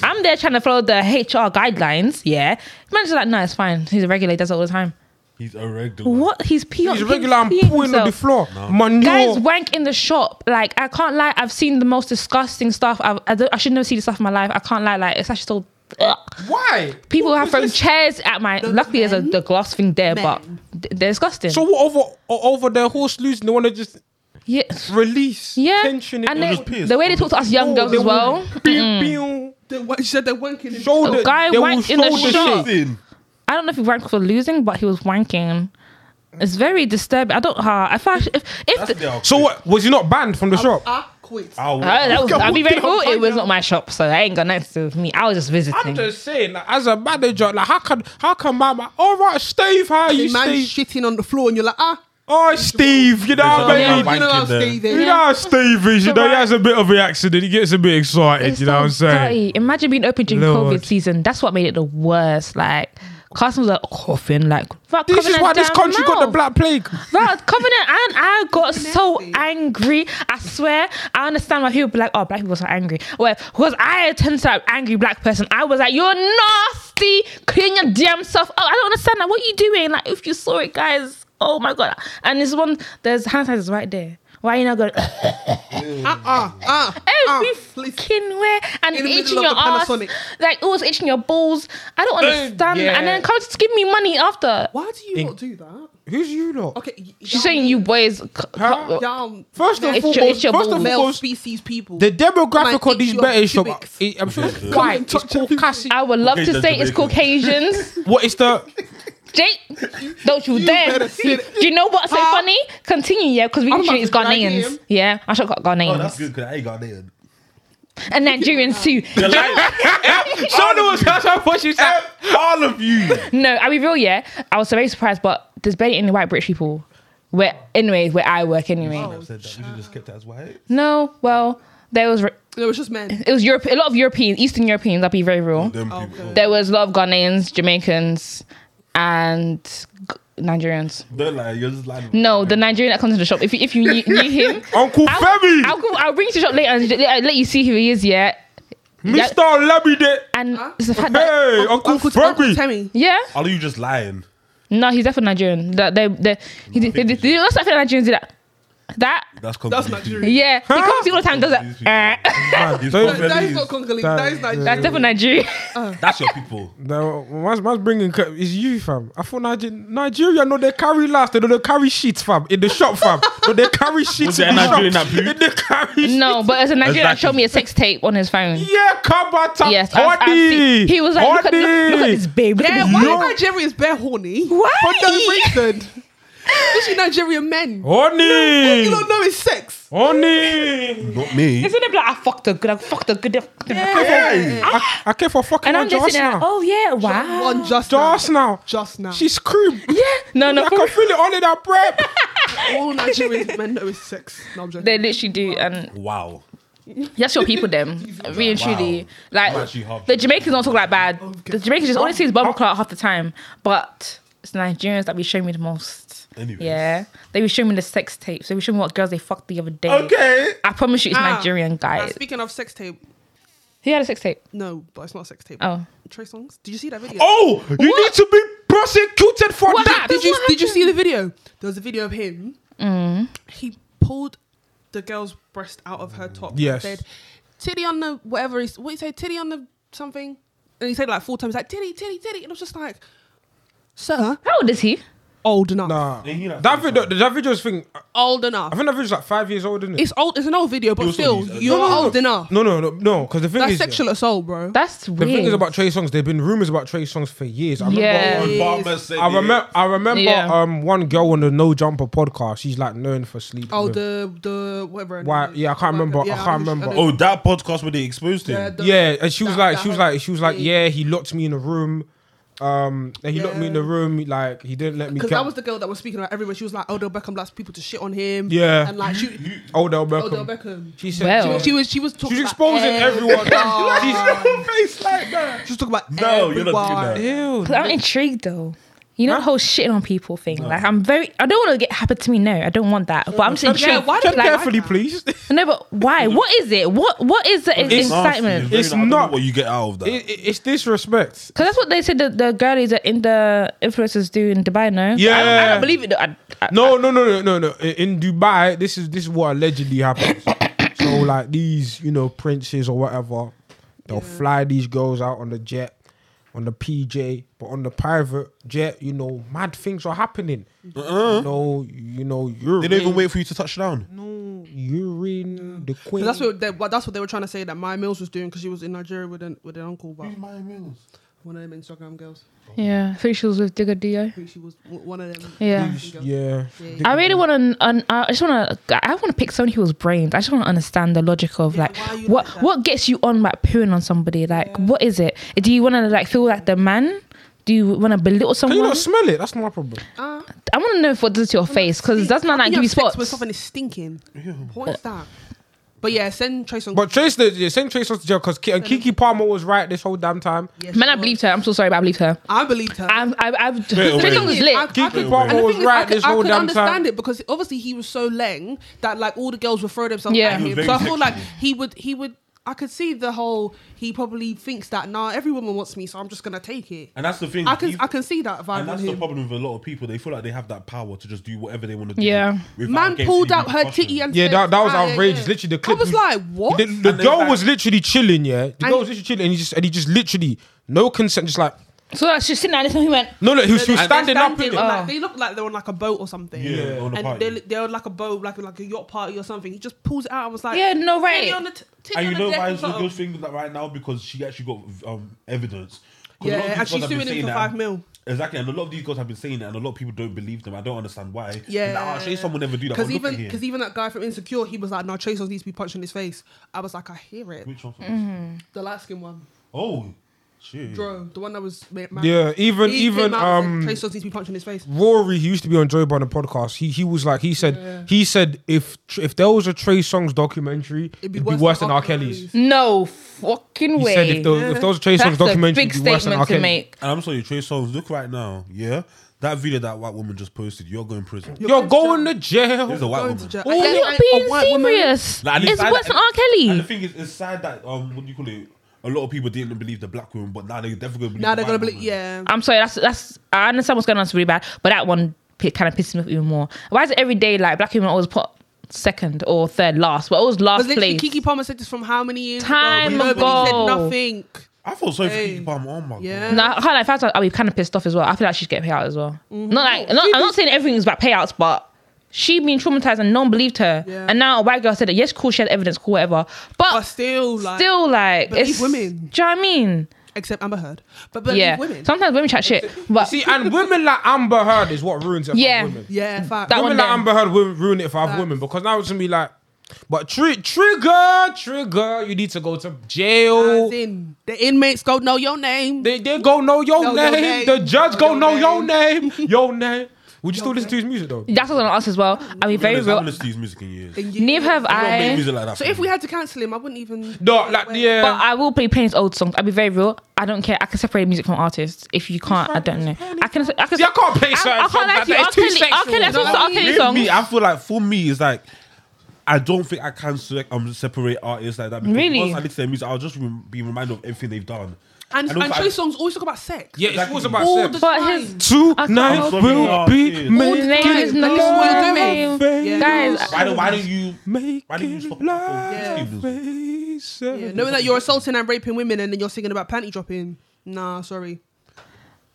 Speaker 3: I'm there trying to follow the HR guidelines. Yeah, manager's like, no, it's fine. He's a regular, he does it all the time.
Speaker 5: He's a regular.
Speaker 3: What? He's peeing.
Speaker 2: He's
Speaker 3: peeing-
Speaker 2: regular and
Speaker 3: peeing
Speaker 2: pulling on the
Speaker 3: himself
Speaker 2: floor. Manure.
Speaker 3: guys wank in the shop. Like I can't lie, I've seen the most disgusting stuff. I've, I, don't- I should never see this stuff in my life. I can't lie, like it's actually so. Ugh.
Speaker 2: Why?
Speaker 3: People
Speaker 2: What
Speaker 3: have
Speaker 2: was
Speaker 3: thrown
Speaker 2: this?
Speaker 3: chairs at my. luckily, there's a
Speaker 4: men?
Speaker 3: the glass thing there, but
Speaker 4: Men.
Speaker 3: th- they're disgusting.
Speaker 2: So what, over o- over their horse losing, they want to just
Speaker 3: yeah,
Speaker 2: release
Speaker 3: yeah.
Speaker 2: tension.
Speaker 3: and they,
Speaker 5: just pissed.
Speaker 3: the way they talk to us
Speaker 2: Oh,
Speaker 3: young girls as well.
Speaker 2: well.
Speaker 4: They, wa- she said they're wanking. in-
Speaker 2: Shoulder,
Speaker 3: A guy
Speaker 2: they will
Speaker 3: wanked in the
Speaker 2: shoulder
Speaker 3: shop.
Speaker 2: shit.
Speaker 5: Nothing.
Speaker 3: I don't know if he wanked for losing, but he was wanking. It's very disturbing. I don't. Uh, if I if, if
Speaker 5: That's
Speaker 3: the,
Speaker 5: what they are.
Speaker 2: So what? Was he not banned from the shop?
Speaker 4: I Ah, quit.
Speaker 5: I'll-
Speaker 3: Uh, that was,
Speaker 5: Look at
Speaker 3: I'll be
Speaker 5: what
Speaker 3: very
Speaker 5: they are
Speaker 3: cool. It was
Speaker 5: finding out.
Speaker 3: not my shop, so I ain't got nothing to do with me. I was just visiting.
Speaker 2: I'm just saying, like, as a manager, like how can how can my ma- all right, Steve, how are you,
Speaker 4: The man
Speaker 2: Steve?
Speaker 4: shitting on the floor, and you're like, ah,
Speaker 2: Oh, Steve, you know
Speaker 5: There's
Speaker 2: what I
Speaker 5: a
Speaker 2: mean?
Speaker 5: lot of
Speaker 4: you know
Speaker 5: wanking
Speaker 4: I'll
Speaker 5: there.
Speaker 4: stay there.
Speaker 2: You know how Steve is, you know, he
Speaker 3: Alright.
Speaker 2: has a bit of an accident, he gets a bit excited,
Speaker 3: It's
Speaker 2: you know what I'm
Speaker 3: so
Speaker 2: saying?
Speaker 3: dirty. Imagine being open during
Speaker 2: Lord.
Speaker 3: COVID season. That's what made it the worst. Like customers are coughing. Like fuck,
Speaker 2: This
Speaker 3: covering
Speaker 2: is
Speaker 3: her
Speaker 2: why this
Speaker 3: damn
Speaker 2: country got the
Speaker 3: mouth.
Speaker 2: Black Plague.
Speaker 3: Right, covenant, and I got so
Speaker 4: nasty.
Speaker 3: angry. I swear, I understand why people be like, "Oh, black people are so angry." Well, because I tend to an angry black person. I was like, "You're nasty, clean your damn self up." I don't understand that. What are you doing? Like, if you saw it, guys, oh my god! And this one, there's hand sanitizer right there. Why are you not going?
Speaker 4: Ah, ah,
Speaker 3: every
Speaker 4: ah, please.
Speaker 3: fucking where and
Speaker 4: In the
Speaker 3: itching
Speaker 4: middle
Speaker 3: your
Speaker 4: of the
Speaker 3: ass,
Speaker 4: Panasonic.
Speaker 3: like it was itching your balls. I don't understand.
Speaker 2: yeah.
Speaker 3: And then come to give me money after.
Speaker 4: Why do you not do that?
Speaker 2: Who's you lot?
Speaker 4: Okay, y-
Speaker 3: She's
Speaker 4: y'all-
Speaker 3: saying you boys. c- c-
Speaker 2: Huh?
Speaker 4: y'all
Speaker 2: First and
Speaker 4: male-
Speaker 3: It's your-
Speaker 2: foremost,
Speaker 3: it's your
Speaker 2: first and
Speaker 3: balls.
Speaker 4: male
Speaker 2: foremost,
Speaker 4: species people.
Speaker 2: the demographic
Speaker 4: Like,
Speaker 2: of these
Speaker 4: it's your
Speaker 2: betting shop,
Speaker 4: cubics.
Speaker 2: I'm sure it's
Speaker 5: Yeah.
Speaker 2: white, it's
Speaker 4: Come and touch your
Speaker 2: Caucasian.
Speaker 3: I would love
Speaker 5: Okay,
Speaker 3: to
Speaker 5: that's
Speaker 3: say it's Caucasians.
Speaker 2: What is the
Speaker 3: Jake, don't you, dare.
Speaker 4: better
Speaker 3: Do
Speaker 4: sit-
Speaker 3: you know what's so
Speaker 4: Huh?
Speaker 3: funny? Continue, yeah, because we
Speaker 4: Uh, I'm
Speaker 3: literally
Speaker 4: about
Speaker 3: is
Speaker 4: to drag
Speaker 3: Ghanaians.
Speaker 4: him.
Speaker 3: Yeah, I should got
Speaker 5: Oh, that's
Speaker 3: Ghanaians.
Speaker 5: good because I ain't got nothing.
Speaker 3: and Nigerians too.
Speaker 2: Shona Eh, was that's what she said.
Speaker 5: All of you.
Speaker 3: No, I'll be real, yeah. I was very surprised, but there's barely any white British people. Where, anyways, where I work anyway.
Speaker 5: I've said that. We should just kept it as white.
Speaker 3: No, well, there was
Speaker 4: It was just men.
Speaker 3: it was Europe, a lot of Europeans, Eastern Europeans. I'll be very real.
Speaker 5: Them
Speaker 4: Oh,
Speaker 5: people.
Speaker 4: God.
Speaker 3: There was a lot of Ghanaians, Jamaicans, and G- Nigerians.
Speaker 5: Don't lie. You're just lying.
Speaker 3: No, the Nigerian that comes to the shop. If you, if you knew, knew him,
Speaker 2: Uncle
Speaker 3: I'll,
Speaker 2: Femi,
Speaker 3: I'll, go, I'll bring you to the shop later and j- I'll let you see who he is. Yeah,
Speaker 2: Mr. Labide.
Speaker 3: and it's the fact that
Speaker 2: Hey, Uncle,
Speaker 4: Uncle,
Speaker 2: Femi.
Speaker 4: Uncle Temi.
Speaker 3: yeah,
Speaker 5: Are you just lying?
Speaker 3: No, he's definitely Nigerian. That they, they, he did, they, they, they, that's what I feel Nigerians do that. That,
Speaker 4: That's
Speaker 5: That's Congolese.
Speaker 4: Nigerian.
Speaker 3: yeah, he comes here all the time. Does
Speaker 5: These
Speaker 3: that? Uh,
Speaker 5: people.
Speaker 2: Man,
Speaker 5: He's
Speaker 2: don't-
Speaker 5: Congolese.
Speaker 4: That is not Congolese. That is
Speaker 2: That-
Speaker 4: Nigerian.
Speaker 3: That's definitely Nigerian.
Speaker 5: That's your people.
Speaker 2: No, man's, man's bringing cu- it's you, fam. I thought Niger- Nigeria, no, they carry last, they don't they carry sheets, fam, in the shop, fam. no, they carry sheets
Speaker 5: Was
Speaker 2: in
Speaker 5: there a
Speaker 2: the
Speaker 5: Nigerian
Speaker 2: shop.
Speaker 5: that blew?
Speaker 2: In the carry sheets.
Speaker 3: No, but as a Nigerian, that
Speaker 5: Exactly.
Speaker 3: showed me a sex tape on his phone.
Speaker 2: Yeah, Kabata,
Speaker 3: Yes, I've- I've
Speaker 2: Hodi,
Speaker 3: seen- he was like, look at, look, look at
Speaker 2: Hodi.
Speaker 3: this babe. Look
Speaker 4: Yeah,
Speaker 3: at this
Speaker 4: why
Speaker 3: babe.
Speaker 4: are Nigerians bare horny?
Speaker 3: Why?
Speaker 4: For no reason. Especially Nigerian men. You
Speaker 2: Hodi.
Speaker 4: don't know it's sex.
Speaker 2: Hodi.
Speaker 5: Not me.
Speaker 3: Isn't it like I fucked a good, I fucked a good, I fucked a good.
Speaker 2: I, I came for fucking
Speaker 3: Ah. And
Speaker 2: her
Speaker 3: I'm
Speaker 2: just
Speaker 3: just sitting there,
Speaker 2: now.
Speaker 3: oh yeah, wow.
Speaker 4: One just
Speaker 2: Just
Speaker 4: now.
Speaker 2: now.
Speaker 4: Just now.
Speaker 2: She screamed.
Speaker 3: No, no,
Speaker 2: I
Speaker 3: for
Speaker 2: can
Speaker 3: real.
Speaker 2: feel it all in her breath.
Speaker 4: All Nigerian men know it's sex. No, I'm joking.
Speaker 3: they literally do, and
Speaker 5: Wow.
Speaker 3: that's your people. Them, really and
Speaker 5: Wow.
Speaker 3: truly,
Speaker 5: I'm
Speaker 3: like
Speaker 5: actually half- Oh,
Speaker 3: the Jamaicans don't talk like bad. The Jamaicans just only see his bubble clock half the time, but it's Nigerians that be showing me the most.
Speaker 5: Anyways.
Speaker 3: Yeah, they be showing me the sex tapes. They be showing me what girls they fucked the other day.
Speaker 5: Okay.
Speaker 3: I promise you, it's
Speaker 4: Ah.
Speaker 3: Nigerian
Speaker 4: Now,
Speaker 3: guys.
Speaker 4: speaking of sex tape,
Speaker 3: He had a sex tape.
Speaker 4: no, but it's not a sex tape.
Speaker 3: Oh.
Speaker 4: Trey Songs. Did you see that video?
Speaker 2: Oh, you need to be prosecuted for
Speaker 3: What?
Speaker 2: that.
Speaker 4: Ah, did you
Speaker 3: What
Speaker 4: did you see the video? There was a video of him. He pulled the girl's breast out of her top.
Speaker 2: Yes.
Speaker 4: Said, titty on the whatever. He's, what he say? Titty on the something. And he said like four times like titty titty titty. And I was just like, sir,
Speaker 3: How old is he?
Speaker 4: old enough.
Speaker 2: Nah,
Speaker 5: Yeah, he like
Speaker 2: that
Speaker 5: twenty
Speaker 2: video, that video's thing.
Speaker 4: Old
Speaker 2: I
Speaker 4: enough.
Speaker 2: think that video's like five years old, isn't it?
Speaker 4: It's old. It's an old video, but
Speaker 5: You're
Speaker 4: still,
Speaker 5: still these-
Speaker 4: you're
Speaker 5: No,
Speaker 2: no, no,
Speaker 4: old enough.
Speaker 2: No, no, no, no. Because the thing
Speaker 4: That's
Speaker 2: is,
Speaker 4: sexual assault, bro.
Speaker 3: That's
Speaker 2: the
Speaker 3: weird.
Speaker 2: thing is about Trey songs. There've been rumors about Trey songs for years. I remember.
Speaker 3: Yeah.
Speaker 2: One,
Speaker 5: Obama said
Speaker 2: I remember. I remember.
Speaker 3: Yeah.
Speaker 2: Um, one girl on the No Jumper podcast. She's like known for sleeping.
Speaker 4: Oh,
Speaker 2: with-
Speaker 4: the the whatever. her
Speaker 2: Why-
Speaker 4: name is.
Speaker 2: yeah, I can't remember. I can't
Speaker 4: know-
Speaker 2: remember.
Speaker 5: it.
Speaker 4: know-
Speaker 5: Oh, that podcast where they exposed him.
Speaker 4: Yeah, the-
Speaker 2: yeah, and she was
Speaker 4: that-
Speaker 2: like,
Speaker 4: that
Speaker 2: she was
Speaker 4: whole-
Speaker 2: like, she was like, yeah, he locked me in a room. Um, and he locked me in the
Speaker 4: Yeah.
Speaker 2: room. Like he didn't let me.
Speaker 4: Because
Speaker 2: get-
Speaker 4: that was the girl that was speaking about everywhere. She was like, Odell Beckham likes people to shit on him.
Speaker 2: Yeah. Oh,
Speaker 4: And like, oh, she,
Speaker 2: Odell
Speaker 4: Odell
Speaker 2: Beckham.
Speaker 4: Beckham.
Speaker 2: She said
Speaker 3: Well.
Speaker 4: She,
Speaker 2: she,
Speaker 4: she was she was talking.
Speaker 2: she's exposing
Speaker 4: about
Speaker 2: everyone.
Speaker 4: everyone.
Speaker 2: she's face like that.
Speaker 4: she was talking about
Speaker 5: No,
Speaker 4: everyone.
Speaker 5: you're not doing that.
Speaker 2: Ew.
Speaker 3: But I'm intrigued though. You know the whole shitting on people thing. Like I'm very. I don't want to get happen to me. No, I don't want that. But I'm just
Speaker 2: Check-
Speaker 3: intrigued.
Speaker 4: why do
Speaker 2: check
Speaker 4: you like
Speaker 2: carefully,
Speaker 4: that?
Speaker 2: please.
Speaker 3: No, but why? What is it? What What is the
Speaker 5: It's nasty.
Speaker 3: excitement?
Speaker 5: very
Speaker 2: It's
Speaker 5: nasty. I don't know
Speaker 2: not-
Speaker 5: what you get out of that.
Speaker 2: It- it- it's disrespect.
Speaker 3: Because that's what they said that the girlies that in the influencers do in Dubai. No, I don't, I
Speaker 2: Yeah.
Speaker 3: don't believe it. though. I, I,
Speaker 2: No, no, no, no, no, no. I- In Dubai, this is this is what allegedly happens. so like these, you know, princes or whatever, they'll fly these girls out on the jet, on the PJ, but on the private jet, you know, mad things are happening.
Speaker 4: Uh-huh.
Speaker 2: You know, you know, urine,
Speaker 5: they don't even wait for you to touch down.
Speaker 2: no, urine, the queen.
Speaker 4: 'Cause That's what they, what- that's what they were trying to say that Maya Mills was doing because she was in Nigeria with an with an uncle, but one of them Instagram girls.
Speaker 3: yeah, I think she was with Digger Dio.
Speaker 4: I think she was w- one of them.
Speaker 3: Yeah.
Speaker 4: girls.
Speaker 2: yeah.
Speaker 4: Yeah.
Speaker 3: I really want to. Un, I just want to. I want to pick someone who's brains. I just want to understand the logic of
Speaker 4: Yeah,
Speaker 3: like
Speaker 4: why are you
Speaker 3: what
Speaker 4: like that?
Speaker 3: what gets you on like pooing on somebody. Like what is it? Do you want to like feel like the man? Do you want to belittle
Speaker 2: Can
Speaker 3: someone?
Speaker 2: you not smell it? That's my problem.
Speaker 4: Uh,
Speaker 3: I want to know if what does to your face because doesn't that like
Speaker 4: you
Speaker 3: give you
Speaker 4: have sex
Speaker 3: spots?
Speaker 4: with something is stinking. What is that? But yeah, send Trace on.
Speaker 2: But Trace, the yeah, send Trace us to jail because and Kiki Palmer was right this whole damn time.
Speaker 4: Yes,
Speaker 3: Man, I
Speaker 4: she
Speaker 3: believed her. I'm so sorry, but I believed her.
Speaker 4: I believed her.
Speaker 3: I'm, I, I've.
Speaker 5: Wait,
Speaker 3: This
Speaker 5: wait.
Speaker 3: song is
Speaker 4: Yeah,
Speaker 3: lit.
Speaker 4: I- I
Speaker 2: Kiki
Speaker 4: could-
Speaker 2: Palmer
Speaker 4: and the
Speaker 2: was
Speaker 4: thing is,
Speaker 2: right
Speaker 4: I could,
Speaker 2: this
Speaker 4: I
Speaker 2: whole
Speaker 4: could
Speaker 2: damn
Speaker 4: understand
Speaker 2: time.
Speaker 4: it because obviously he was so leng that like all the girls would throw themselves
Speaker 3: Yeah.
Speaker 4: at
Speaker 3: He was
Speaker 4: him.
Speaker 5: very
Speaker 4: So I feel
Speaker 5: sexual.
Speaker 4: like he would he would I could see the whole he probably thinks that nah every woman wants me so I'm just gonna take it.
Speaker 5: And that's the thing.
Speaker 4: I can
Speaker 5: even-
Speaker 4: I can see that vibe
Speaker 5: and
Speaker 4: on
Speaker 5: that's the
Speaker 4: him.
Speaker 5: problem with a lot of people. They feel like they have that power to just do whatever they want to do.
Speaker 3: Yeah.
Speaker 5: without
Speaker 4: Man
Speaker 5: getting
Speaker 4: pulled
Speaker 5: any
Speaker 4: out her
Speaker 5: repercussions.
Speaker 4: titty and
Speaker 2: Yeah,
Speaker 4: said,
Speaker 2: that, that was
Speaker 4: "Ah, yeah,
Speaker 2: outrageous.
Speaker 4: yeah."
Speaker 2: Literally, the clip
Speaker 4: I was like, what?
Speaker 2: The, the
Speaker 5: And they
Speaker 2: girl
Speaker 5: like-
Speaker 2: was literally chilling, yeah. The girl
Speaker 4: And-
Speaker 2: was literally chilling, and he just and he just literally no consent, just like
Speaker 3: So like, she's sitting there, and he went.
Speaker 2: no, no, he was, he was
Speaker 4: They're
Speaker 2: standing up in it.
Speaker 4: like, they look like they're on like a boat or something.
Speaker 5: Yeah,
Speaker 2: Yeah.
Speaker 5: on the
Speaker 4: And
Speaker 5: party.
Speaker 4: they're, they're on like a boat, like like a yacht party or something. He just pulls it out and was like,
Speaker 3: Yeah, no
Speaker 4: "Titty
Speaker 3: right.
Speaker 4: on the t- titty
Speaker 5: And
Speaker 4: on
Speaker 5: you
Speaker 4: the
Speaker 5: know
Speaker 4: deck
Speaker 5: why
Speaker 4: or
Speaker 5: it's a
Speaker 4: something."
Speaker 5: good thing that right now because she actually got um, evidence. 'Cause a lot of
Speaker 4: Yeah,
Speaker 5: these
Speaker 4: and she's
Speaker 5: girls have been
Speaker 4: suing
Speaker 5: saying
Speaker 4: him for
Speaker 5: that-
Speaker 4: five mil.
Speaker 5: Exactly, and a lot of these girls have been saying that, and a lot of people don't believe them. I don't understand why.
Speaker 4: Yeah,
Speaker 5: actually, someone never do that.
Speaker 4: Because
Speaker 5: but look
Speaker 4: even
Speaker 5: at here.
Speaker 4: because even that guy from Insecure, he was like, "No, Chase needs to be punched in his face." I was like, "I hear it."
Speaker 5: Which one? for this?
Speaker 4: The light skinned one,
Speaker 5: Oh, shit.
Speaker 4: Mm-hmm. Dro, the one that was ma- ma-
Speaker 2: Yeah, even
Speaker 4: He came
Speaker 2: even
Speaker 4: out and
Speaker 2: um
Speaker 4: said, Trey Songz needs to be punched in his face.
Speaker 2: Rory, he used to be on Joe Budden podcast. He he was like he said he said if tr- if there was a Trey Songs documentary, it'd be, worse, than R. Kelly's.
Speaker 3: No fucking
Speaker 2: He
Speaker 3: way.
Speaker 2: said if there, if there was a Trey
Speaker 3: That's
Speaker 2: Songs
Speaker 3: a
Speaker 2: documentary,
Speaker 3: big
Speaker 2: it'd be worse than
Speaker 3: statement
Speaker 2: R.
Speaker 3: to
Speaker 2: Kelly.
Speaker 3: make.
Speaker 5: And I'm sorry, Trey Songz. Look right now, yeah, that video that white woman just posted. You're going to prison.
Speaker 2: You're going to
Speaker 5: This is a
Speaker 2: jail.
Speaker 5: white
Speaker 4: Going to
Speaker 5: woman.
Speaker 4: jail.
Speaker 2: Oh,
Speaker 4: And-
Speaker 2: you're
Speaker 4: and-
Speaker 3: You're being
Speaker 4: a white woman-
Speaker 3: serious.
Speaker 5: Like, at least
Speaker 3: it's
Speaker 5: I-
Speaker 3: worse than R.
Speaker 5: And the
Speaker 3: Kelly.
Speaker 5: thing is, it's sad that um, what do you call it? a lot of people didn't believe the black woman, but now they're definitely gonna believe.
Speaker 4: Now
Speaker 5: the
Speaker 4: they're
Speaker 5: white
Speaker 4: gonna believe.
Speaker 5: woman.
Speaker 4: Yeah.
Speaker 3: I'm sorry, that's that's. I understand what's going on. It's really bad, but that one p- kind of pisses me off even more. Why is it every day like black women always put second or third last? We're always last
Speaker 4: Because literally,
Speaker 3: place.
Speaker 4: Kiki Palmer said this from how many years
Speaker 3: Time
Speaker 4: ago? Nobody
Speaker 3: ago.
Speaker 4: said nothing.
Speaker 5: I feel sorry
Speaker 4: Hey.
Speaker 5: for Kiki Palmer. Oh my
Speaker 4: Yeah.
Speaker 5: god.
Speaker 3: No, I can't lie. If I was, I'd be kind of pissed off as well. I feel like she'd get payout as well. Not like not, I'm not saying everything's about payouts, but she been traumatized and no one believed her.
Speaker 4: Yeah.
Speaker 3: And now a white girl said that yes, cool, she had evidence, cool, whatever. But
Speaker 4: But still, like,
Speaker 3: still, like,
Speaker 4: believe
Speaker 3: it's
Speaker 4: women.
Speaker 3: Do you know what I mean?
Speaker 4: except Amber Heard. But but
Speaker 3: yeah.
Speaker 4: women.
Speaker 3: Sometimes women chat shit, but
Speaker 2: See, and women like Amber Heard is what ruins it for
Speaker 3: Yeah.
Speaker 2: women.
Speaker 4: yeah, fact.
Speaker 3: That
Speaker 2: Women
Speaker 3: one
Speaker 2: like
Speaker 3: then.
Speaker 2: Amber Heard will ruin it for other women because now it's gonna be like, but tri- trigger, trigger, you need to go to jail.
Speaker 4: As in, the inmates go know your name.
Speaker 2: They, they go know your,
Speaker 4: Know your
Speaker 2: name.
Speaker 4: name.
Speaker 2: The judge go know
Speaker 4: Know
Speaker 2: your
Speaker 4: your
Speaker 2: name. Your name. Would you still listen to his music though?
Speaker 3: that's what I'm gonna ask as well. I mean, very
Speaker 5: Very I
Speaker 3: real.
Speaker 5: haven't listened to his music in years.
Speaker 4: And you-
Speaker 3: Neither have
Speaker 5: I don't make
Speaker 3: I.
Speaker 5: music like that.
Speaker 4: So
Speaker 5: for
Speaker 4: if
Speaker 5: me.
Speaker 4: we had to cancel him, I wouldn't even.
Speaker 2: No, like yeah.
Speaker 3: But I will play Payne's old songs. I'll be very real. I don't care. I can separate music from artists. If you can't, I don't know. I can. I can.
Speaker 2: See, I can't play certain
Speaker 3: I, I
Speaker 2: songs
Speaker 3: can't lie
Speaker 2: like
Speaker 3: to you.
Speaker 2: that.
Speaker 3: R.
Speaker 2: It's too
Speaker 3: Kelly. R.
Speaker 2: sexual.
Speaker 3: Kelly. I saw
Speaker 4: You know
Speaker 3: R.
Speaker 4: what I
Speaker 3: Kelly
Speaker 4: mean?
Speaker 5: With
Speaker 3: songs.
Speaker 5: me, I feel like for me, it's like I don't think I can select, um, separate artists like that. Because
Speaker 3: Really?
Speaker 5: Once I listen to their music, I'll just rem- be reminded of everything they've done.
Speaker 4: And,
Speaker 5: I don't
Speaker 4: and
Speaker 5: fi-
Speaker 4: Trey songs always talk about sex.
Speaker 2: yeah, it's always about
Speaker 4: All
Speaker 2: sex.
Speaker 4: the
Speaker 3: But
Speaker 4: time.
Speaker 3: his-
Speaker 2: Tonight
Speaker 3: I'm
Speaker 5: sorry,
Speaker 2: will
Speaker 5: y'all.
Speaker 2: be
Speaker 5: Yeah.
Speaker 3: All the
Speaker 2: making
Speaker 3: name is
Speaker 4: This
Speaker 3: no
Speaker 4: is what we're
Speaker 3: name.
Speaker 2: doing.
Speaker 4: Yeah.
Speaker 3: Guys,
Speaker 5: Why, do, why do you? Why do you
Speaker 2: making
Speaker 5: stop?
Speaker 2: love
Speaker 5: Yeah.
Speaker 2: faces.
Speaker 4: Yeah, knowing that you're assaulting and raping women, and then you're singing about panty dropping. Nah, sorry.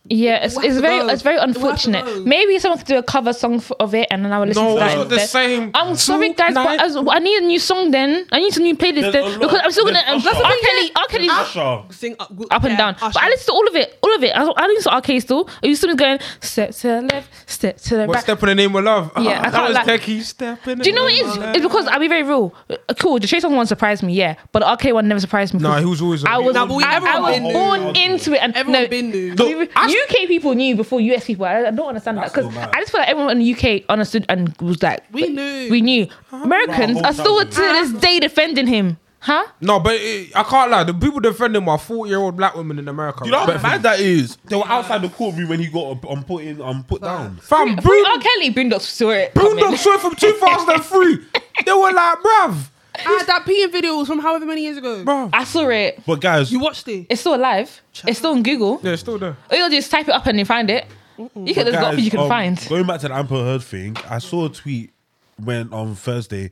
Speaker 3: yeah, it's,
Speaker 4: It will have
Speaker 3: it's
Speaker 4: to
Speaker 3: very,
Speaker 4: go.
Speaker 3: it's very
Speaker 4: It will have to
Speaker 3: unfortunate.
Speaker 4: go.
Speaker 3: Maybe someone could do a cover song f- of it, and then I would listen
Speaker 2: No,
Speaker 3: to
Speaker 2: it's
Speaker 3: that.
Speaker 2: not the
Speaker 3: instead.
Speaker 2: same.
Speaker 3: I'm sorry, guys, but
Speaker 2: Tonight-
Speaker 3: as, I need a new song. Then I need a new playlist.
Speaker 5: There's a
Speaker 3: Then,
Speaker 5: lot.
Speaker 3: because I'm still gonna. Um,
Speaker 5: There's
Speaker 3: R.
Speaker 5: Usher.
Speaker 3: Kelly. R. Kelly's
Speaker 5: Usher.
Speaker 4: Sing up, go-
Speaker 3: up and
Speaker 4: yeah,
Speaker 3: down. But I
Speaker 4: Usher.
Speaker 3: listened to all of it, all of it. I, I listened to arcade still. It was still going step to the left, step to the
Speaker 2: What
Speaker 3: back.
Speaker 2: step in the name of love?
Speaker 3: Yeah, I
Speaker 2: that
Speaker 3: can't
Speaker 2: was
Speaker 3: lie.
Speaker 2: Techie step in the
Speaker 3: Do you know what it
Speaker 2: name
Speaker 3: is?
Speaker 2: of
Speaker 3: It's because I'll be very real. Uh, Cool, the Chase one surprised me, yeah, but the arcade one never surprised me.
Speaker 2: Nah,
Speaker 3: 'cause
Speaker 2: he was always on
Speaker 3: I
Speaker 2: it.
Speaker 3: was,
Speaker 4: Nah, but we-
Speaker 3: I, I
Speaker 4: everyone
Speaker 3: was
Speaker 4: been
Speaker 3: born
Speaker 5: knew.
Speaker 3: into it, and
Speaker 4: Everyone
Speaker 3: no,
Speaker 4: been knew.
Speaker 3: I'll be re- UK people knew before US people. I, I don't understand that
Speaker 5: That's
Speaker 3: because
Speaker 5: so bad.
Speaker 3: I just feel like everyone in the UK understood and was like,
Speaker 4: We knew.
Speaker 3: we knew. Americans
Speaker 5: Bro,
Speaker 3: are still to
Speaker 5: hold
Speaker 3: this day defending him, huh?
Speaker 2: No, but it, I can't lie. The people defending him are 40 year old black women in America.
Speaker 5: You know how
Speaker 2: But-
Speaker 5: bad that is. They were outside the courtroom when he got um, put in, um, put down.
Speaker 2: Fam,
Speaker 3: Free
Speaker 2: Boon,
Speaker 3: R. Kelly, Boondocks saw it.
Speaker 2: Boondock Sweat from 2003. they were like, bruv,
Speaker 4: Ah, that peeing video was from however many years ago.
Speaker 2: bruv.
Speaker 3: I saw it.
Speaker 5: But guys,
Speaker 4: You watched it.
Speaker 3: It's still alive. It's still on Google.
Speaker 2: Yeah, it's still there.
Speaker 3: All you gotta do is type it up and you find it. You can,
Speaker 5: But
Speaker 3: there's a lot of
Speaker 5: guys,
Speaker 3: things you can
Speaker 5: um,
Speaker 3: find.
Speaker 5: Going back to the Amber Heard thing, I saw a tweet when on Thursday,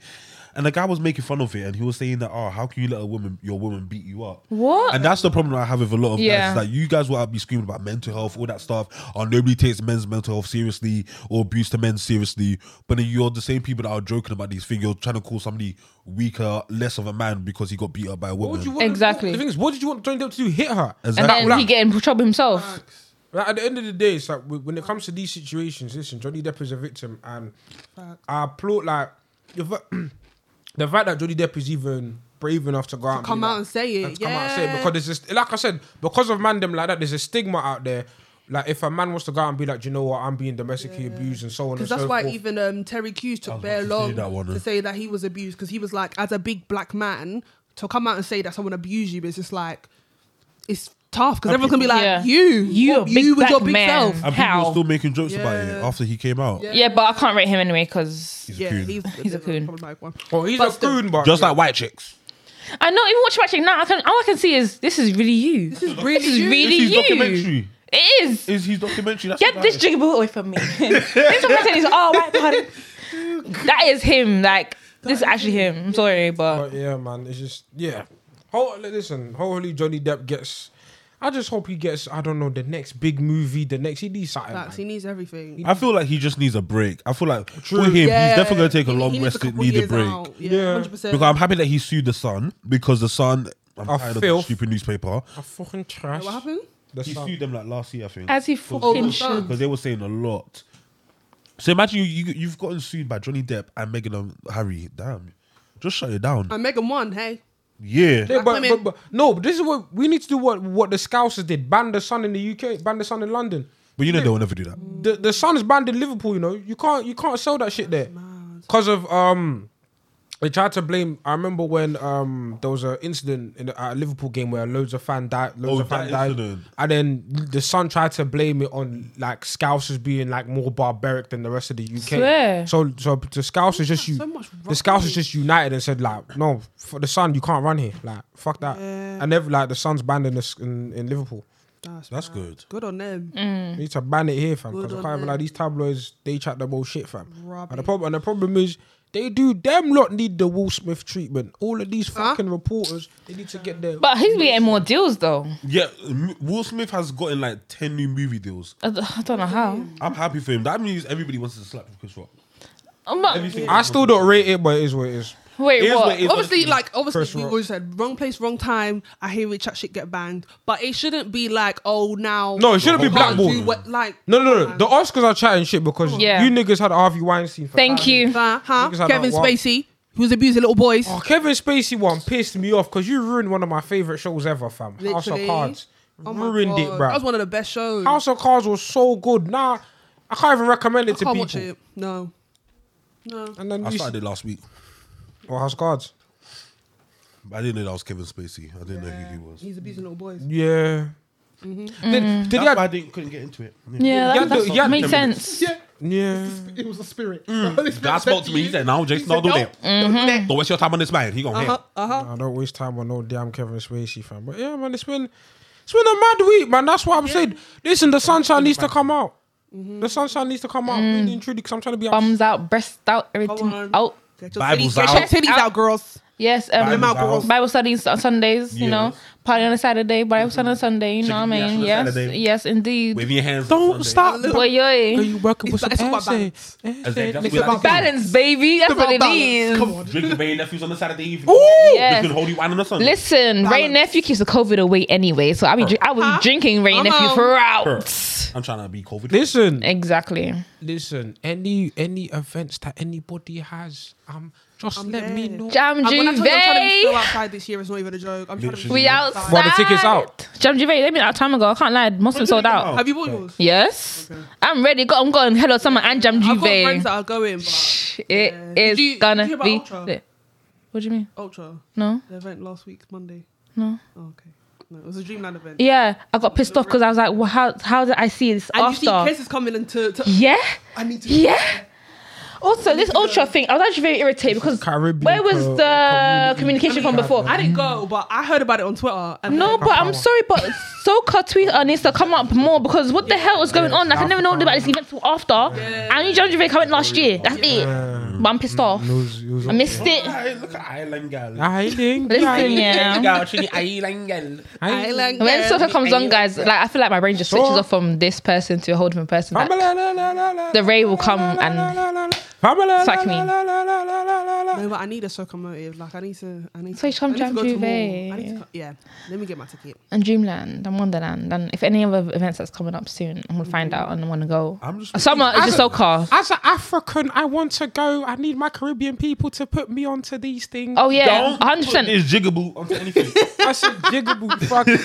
Speaker 5: and the guy was making fun of it, and he was saying that, "Oh, how can you let a woman, your woman, beat you up?"
Speaker 3: What?
Speaker 5: And that's the problem I have with a lot of
Speaker 3: Yeah.
Speaker 5: guys. is That you guys will be screaming about mental health, all that stuff. Or nobody takes men's mental health seriously or abuse to men seriously. But then you're the same people that are joking about these things. You're trying to call somebody weaker, less of a man because he got beat up by a woman.
Speaker 2: What would you want
Speaker 3: Exactly.
Speaker 2: The thing is, what did you want Johnny Depp to do? Hit her.
Speaker 3: And
Speaker 5: Exactly.
Speaker 3: then he get in trouble himself.
Speaker 2: Like, at the end of the day, it's like w- when it comes to these situations, listen, Johnny Depp is a victim, and I applaud like the, fa- the fact that Johnny Depp is even brave enough to go out, and
Speaker 4: come
Speaker 2: be
Speaker 4: out
Speaker 2: like-
Speaker 4: and say it,
Speaker 2: and to come out and say it
Speaker 4: yeah.
Speaker 2: because there's just like I said, because of man them like that, there's a stigma out there. Like if a man wants to go out and be like, "Do you know what, I'm being domestically abused and so on and
Speaker 4: Because
Speaker 2: so
Speaker 4: that's why
Speaker 2: forth.
Speaker 4: even um, Terry Crews
Speaker 5: I
Speaker 4: took
Speaker 5: was
Speaker 4: very
Speaker 5: about to say
Speaker 4: long
Speaker 5: that one,
Speaker 4: to
Speaker 5: uh.
Speaker 4: say that he was abused. Because he was like, as a big black man, to come out and say that someone abused you is just like, it's tough. Because everyone's gonna be like,
Speaker 3: Yeah.
Speaker 4: you,
Speaker 3: You a
Speaker 4: you,
Speaker 3: big
Speaker 4: with your
Speaker 3: black
Speaker 4: big
Speaker 3: man.
Speaker 4: self.
Speaker 5: and people
Speaker 3: How?
Speaker 5: were still making jokes about it
Speaker 4: Yeah.
Speaker 5: after he came out.
Speaker 3: Yeah, but I can't rate him anyway because
Speaker 5: He's a
Speaker 4: Yeah,
Speaker 5: coon.
Speaker 4: he's,
Speaker 3: He's a coon.
Speaker 4: problematic one.
Speaker 2: Oh, he's
Speaker 4: But
Speaker 2: a
Speaker 4: still-
Speaker 2: coon, but
Speaker 5: Just like white chicks.
Speaker 3: I know even watching watching now I can all I can see is this is really you. This
Speaker 4: is really you.
Speaker 3: really
Speaker 5: It's his
Speaker 3: you.
Speaker 5: documentary.
Speaker 3: It is.
Speaker 5: It's his documentary. That's
Speaker 3: Get
Speaker 5: what
Speaker 3: this
Speaker 5: that is.
Speaker 3: jigable away from me. this one person is all white party. That is him. Like this is actually him. I'm sorry, but
Speaker 2: But yeah, man, it's just yeah. Ho- listen, hopefully Johnny Depp gets. I just hope he gets. I don't know the next big movie, the next he needs something.
Speaker 4: Facts,
Speaker 2: man.
Speaker 4: he needs everything.
Speaker 5: I feel like he just needs a break. I feel like
Speaker 2: True.
Speaker 5: for him,
Speaker 4: Yeah.
Speaker 5: he's definitely going to take a
Speaker 4: He-
Speaker 5: long
Speaker 4: he needs
Speaker 5: rest.
Speaker 4: couple
Speaker 5: Need a
Speaker 4: years
Speaker 5: break.
Speaker 4: out.
Speaker 2: Yeah.
Speaker 4: Yeah, hundred percent.
Speaker 5: Because I'm happy that he sued the Sun because the Sun. I'm
Speaker 2: Oh,
Speaker 5: tired of
Speaker 2: filth.
Speaker 5: the stupid newspaper.
Speaker 2: I fucking trash.
Speaker 4: What happened?
Speaker 2: The
Speaker 5: He
Speaker 2: Sun.
Speaker 5: sued them like last year, I think.
Speaker 3: as he fucking
Speaker 4: the
Speaker 3: should.
Speaker 4: sun.
Speaker 5: Because they were saying a lot. So imagine you, you you've gotten sued by Johnny Depp and Meghan um, Harry. Damn, just shut it down.
Speaker 4: And Megan won. Hey,
Speaker 5: yeah,
Speaker 2: Yeah, but,
Speaker 4: women.
Speaker 2: but, but no, but this is what we need to do. What what the Scousers did? Ban the Sun in the UK. Ban the Sun in London.
Speaker 5: but you know they'll never do that.
Speaker 2: The the Sun is banned in Liverpool. You know you can't you can't sell that shit there because of um They tried to blame. I remember when um there was an incident in the, at a Liverpool game where loads of fan died. Loads
Speaker 5: Oh,
Speaker 2: of fan
Speaker 5: that
Speaker 2: died,
Speaker 5: incident.
Speaker 2: and then the Sun tried to blame it on like Scousers being like more barbaric than the rest of the UK.
Speaker 3: Swear.
Speaker 2: So so the Scousers just you.
Speaker 4: So much
Speaker 2: the Scousers
Speaker 4: rugby.
Speaker 2: just united and said like, no, for the Sun you can't run here. Like fuck that. And never like the Sun's banned in, this, in in Liverpool.
Speaker 5: That's good.
Speaker 4: Good on them.
Speaker 3: Mm.
Speaker 2: We need to ban it here, fam. Because
Speaker 4: Good
Speaker 2: I
Speaker 4: on
Speaker 2: can't even
Speaker 4: them.
Speaker 2: like these tabloids. They chat the bullshit, fam. And the
Speaker 4: Rubbish.
Speaker 2: problem, and the problem is, they do them lot need the Will Smith treatment. All of these fucking reporters, they need to get their.
Speaker 3: But he's been getting more deals though.
Speaker 5: Yeah, M- Will Smith has gotten like ten new movie deals.
Speaker 3: I d- I don't know how.
Speaker 5: I'm happy for him. That means everybody wants to slap Chris Rock.
Speaker 3: I'm not-
Speaker 5: Everything-
Speaker 2: I still don't rate it, but it is what it is.
Speaker 3: wait,
Speaker 5: Here's
Speaker 3: what?
Speaker 5: what it-
Speaker 4: Obviously, like
Speaker 2: Chris
Speaker 4: obviously, we
Speaker 2: Rock.
Speaker 4: always said wrong place, wrong time. I hear it, chat shit get banged, but it shouldn't be like oh now.
Speaker 2: No, it shouldn't
Speaker 4: you
Speaker 2: be
Speaker 4: can't
Speaker 2: blackballed.
Speaker 4: do what- Like
Speaker 2: No, no, no. The Oscars are chatting shit because
Speaker 3: Yeah.
Speaker 2: you niggas had Harvey Weinstein. For
Speaker 3: Thank you.
Speaker 4: uh, huh?
Speaker 2: Niggas are
Speaker 4: Kevin
Speaker 2: like, what?
Speaker 4: Spacey, who's abusing little boys.
Speaker 2: Oh, Kevin Spacey one pissed me off because you ruined one of my favorite shows ever, fam. House of
Speaker 4: Literally.
Speaker 2: Cards.
Speaker 4: Oh my
Speaker 2: ruined it,
Speaker 4: God.
Speaker 2: bro.
Speaker 4: That was one of the best shows.
Speaker 2: House of Cards was so good. Nah, I can't even recommend it
Speaker 4: I
Speaker 2: to
Speaker 4: can't
Speaker 2: people.
Speaker 4: watch it. No. No.
Speaker 2: And then
Speaker 5: I
Speaker 2: you
Speaker 5: started it last week.
Speaker 2: or House of Cards.
Speaker 5: I didn't know that was Kevin Spacey. I didn't know who he was.
Speaker 4: He's abusing little boys.
Speaker 2: Yeah.
Speaker 3: Mm-hmm.
Speaker 2: Did, did
Speaker 5: That's
Speaker 2: he have-
Speaker 5: why I didn't couldn't get into it. Yeah.
Speaker 3: Yeah,
Speaker 2: Yeah,
Speaker 3: that, that
Speaker 2: the- yeah,
Speaker 3: makes
Speaker 2: the-
Speaker 3: sense.
Speaker 1: Yeah,
Speaker 2: yeah.
Speaker 1: it was a spirit.
Speaker 5: That spoke to me. He said, "No, Jason, don't do that. Don't waste your time on this man. He gonna
Speaker 4: Uh huh.
Speaker 5: hate."
Speaker 4: Uh huh.
Speaker 2: I don't waste time on no damn Kevin Spacey fan. But yeah, man, it's been it's been a mad week, man. That's what I'm saying. Listen, the sunshine needs to come out. The sunshine needs to come out really and truly because I'm trying to be.
Speaker 3: Bums out, breasts out, everything
Speaker 4: on.
Speaker 3: out.
Speaker 4: Get your
Speaker 5: Bibles
Speaker 4: titties, get
Speaker 5: out.
Speaker 4: your titties out, girls.
Speaker 3: Yes, um,
Speaker 5: Bible's
Speaker 4: Bible
Speaker 5: out.
Speaker 3: Bible studies on Sundays, you know.
Speaker 5: Yes.
Speaker 3: Party on a Saturday, Bible study on Sunday, you know
Speaker 5: Chicken
Speaker 3: what I
Speaker 5: biatch
Speaker 3: mean?
Speaker 5: on a
Speaker 3: Yes,
Speaker 5: Saturday.
Speaker 3: yes, indeed.
Speaker 5: Waving your hands. on
Speaker 2: Don't
Speaker 5: Sunday.
Speaker 2: stop.
Speaker 3: Boy,
Speaker 2: Are
Speaker 3: yo. eh.
Speaker 2: you working with
Speaker 4: It's
Speaker 2: some
Speaker 4: like- it's all about
Speaker 2: essay?
Speaker 4: balance.
Speaker 5: Exactly. That's
Speaker 2: It's
Speaker 5: what I
Speaker 2: about
Speaker 5: think.
Speaker 3: Balance, baby. That's what it is.
Speaker 1: Come on.
Speaker 5: Drinking Bay and nephews on the Saturday evening.
Speaker 2: Ooh!
Speaker 3: Yes.
Speaker 5: Drinking holy wine on the Sunday.
Speaker 3: Listen, Ray
Speaker 4: Balance.
Speaker 3: nephew keeps the COVID away anyway, so I be dr- I was
Speaker 4: Huh?
Speaker 3: drinking Ray
Speaker 4: I'm
Speaker 3: nephew
Speaker 4: out.
Speaker 3: throughout.
Speaker 5: I'm trying to be COVID.
Speaker 2: Listen,
Speaker 3: Exactly.
Speaker 2: listen. Any any events that anybody has, um, just
Speaker 4: I'm
Speaker 2: let me
Speaker 4: there.
Speaker 2: know.
Speaker 3: Jam
Speaker 4: And when I tell you I'm trying to be still
Speaker 3: Juve.
Speaker 4: outside this year, it's not even a joke. I'm trying to be
Speaker 5: Literally.
Speaker 3: We
Speaker 4: still
Speaker 3: outside.
Speaker 2: Well, the ticket's out.
Speaker 3: Jam Juve, they've been out a time ago. I can't lie. Most of them sold out.
Speaker 4: Have you bought yours?
Speaker 3: Yes. I'm ready. Go, I'm going. Hello, summer and Jam
Speaker 4: I've got friends
Speaker 3: Juve.
Speaker 4: that are going, but
Speaker 3: It
Speaker 4: Yeah.
Speaker 3: is
Speaker 4: Did you- did you
Speaker 3: gonna
Speaker 4: hear about
Speaker 3: be.
Speaker 4: Ultra?
Speaker 3: lit. What do you mean?
Speaker 4: Ultra,
Speaker 3: No.
Speaker 4: the event last week, Monday.
Speaker 3: No.
Speaker 4: Oh, okay. No, it was a Dreamland event.
Speaker 3: Yeah, I got pissed off because I was like, well, how how did I see this
Speaker 4: And you see
Speaker 3: after?
Speaker 4: cases coming into. To,
Speaker 3: yeah,
Speaker 1: I need to.
Speaker 3: yeah. Also, this ultra thing, I was actually very irritated because
Speaker 2: Caribbean
Speaker 3: where was
Speaker 2: co-
Speaker 3: the communication from before?
Speaker 4: I didn't go, but I heard about it on Twitter. And
Speaker 3: No, but I'm sorry, but Soca tweet uh, needs to come up more because what the hell is going on? Like, I never know about this event till after. I knew John Gervais coming last year. That's it. But I'm pissed off.
Speaker 2: Use- use-
Speaker 3: I missed it.
Speaker 5: Hey, look at Island girl.
Speaker 2: I think.
Speaker 3: Listen, yeah.
Speaker 5: Girl, she Island girl.
Speaker 4: I like
Speaker 3: When
Speaker 4: that.
Speaker 3: Soca comes on, guys, like I feel like my brain just switches
Speaker 2: Sure.
Speaker 3: off from this person to a whole different person. Like,
Speaker 2: The
Speaker 3: the ray will come and sack me.
Speaker 4: No, but I need a soccer motive. Like I need to. I need
Speaker 3: So
Speaker 4: to.
Speaker 3: you come
Speaker 4: I need to
Speaker 3: Jam
Speaker 4: go to
Speaker 3: Juve.
Speaker 4: more. I need to. co- Yeah. Let me get my ticket.
Speaker 3: and Dreamland and Wonderland and if any other events that's coming up soon, I'm gonna find out and I wanna go.
Speaker 5: I'm just-
Speaker 3: summer is just so car.
Speaker 2: As an African, I want to go. I need my Caribbean people to put me onto these things.
Speaker 3: Oh yeah,
Speaker 5: Don't
Speaker 3: hundred
Speaker 5: put
Speaker 3: percent.
Speaker 5: this jigaboo onto anything.
Speaker 2: I said jiggable fucking.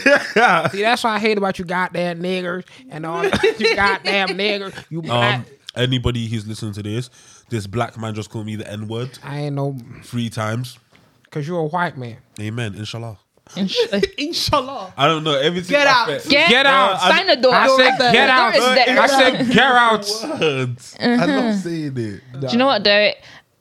Speaker 2: See, that's what I hate about you goddamn niggers and all that. you goddamn niggers. You black.
Speaker 5: Um, anybody who's listening to this, this black man just called me the N word
Speaker 2: I ain't no,
Speaker 5: three times.
Speaker 2: because you're a white man.
Speaker 5: Amen. Inshallah.
Speaker 4: Inshallah.
Speaker 5: I don't know everything.
Speaker 4: Get
Speaker 5: I
Speaker 4: out.
Speaker 5: said-
Speaker 3: Get,
Speaker 2: Get out.
Speaker 3: Sign the door.
Speaker 2: I said, get out.
Speaker 3: The door is there.
Speaker 2: I said, get out.
Speaker 5: Words.
Speaker 3: Uh-huh.
Speaker 5: I love saying it.
Speaker 3: Do you know what though?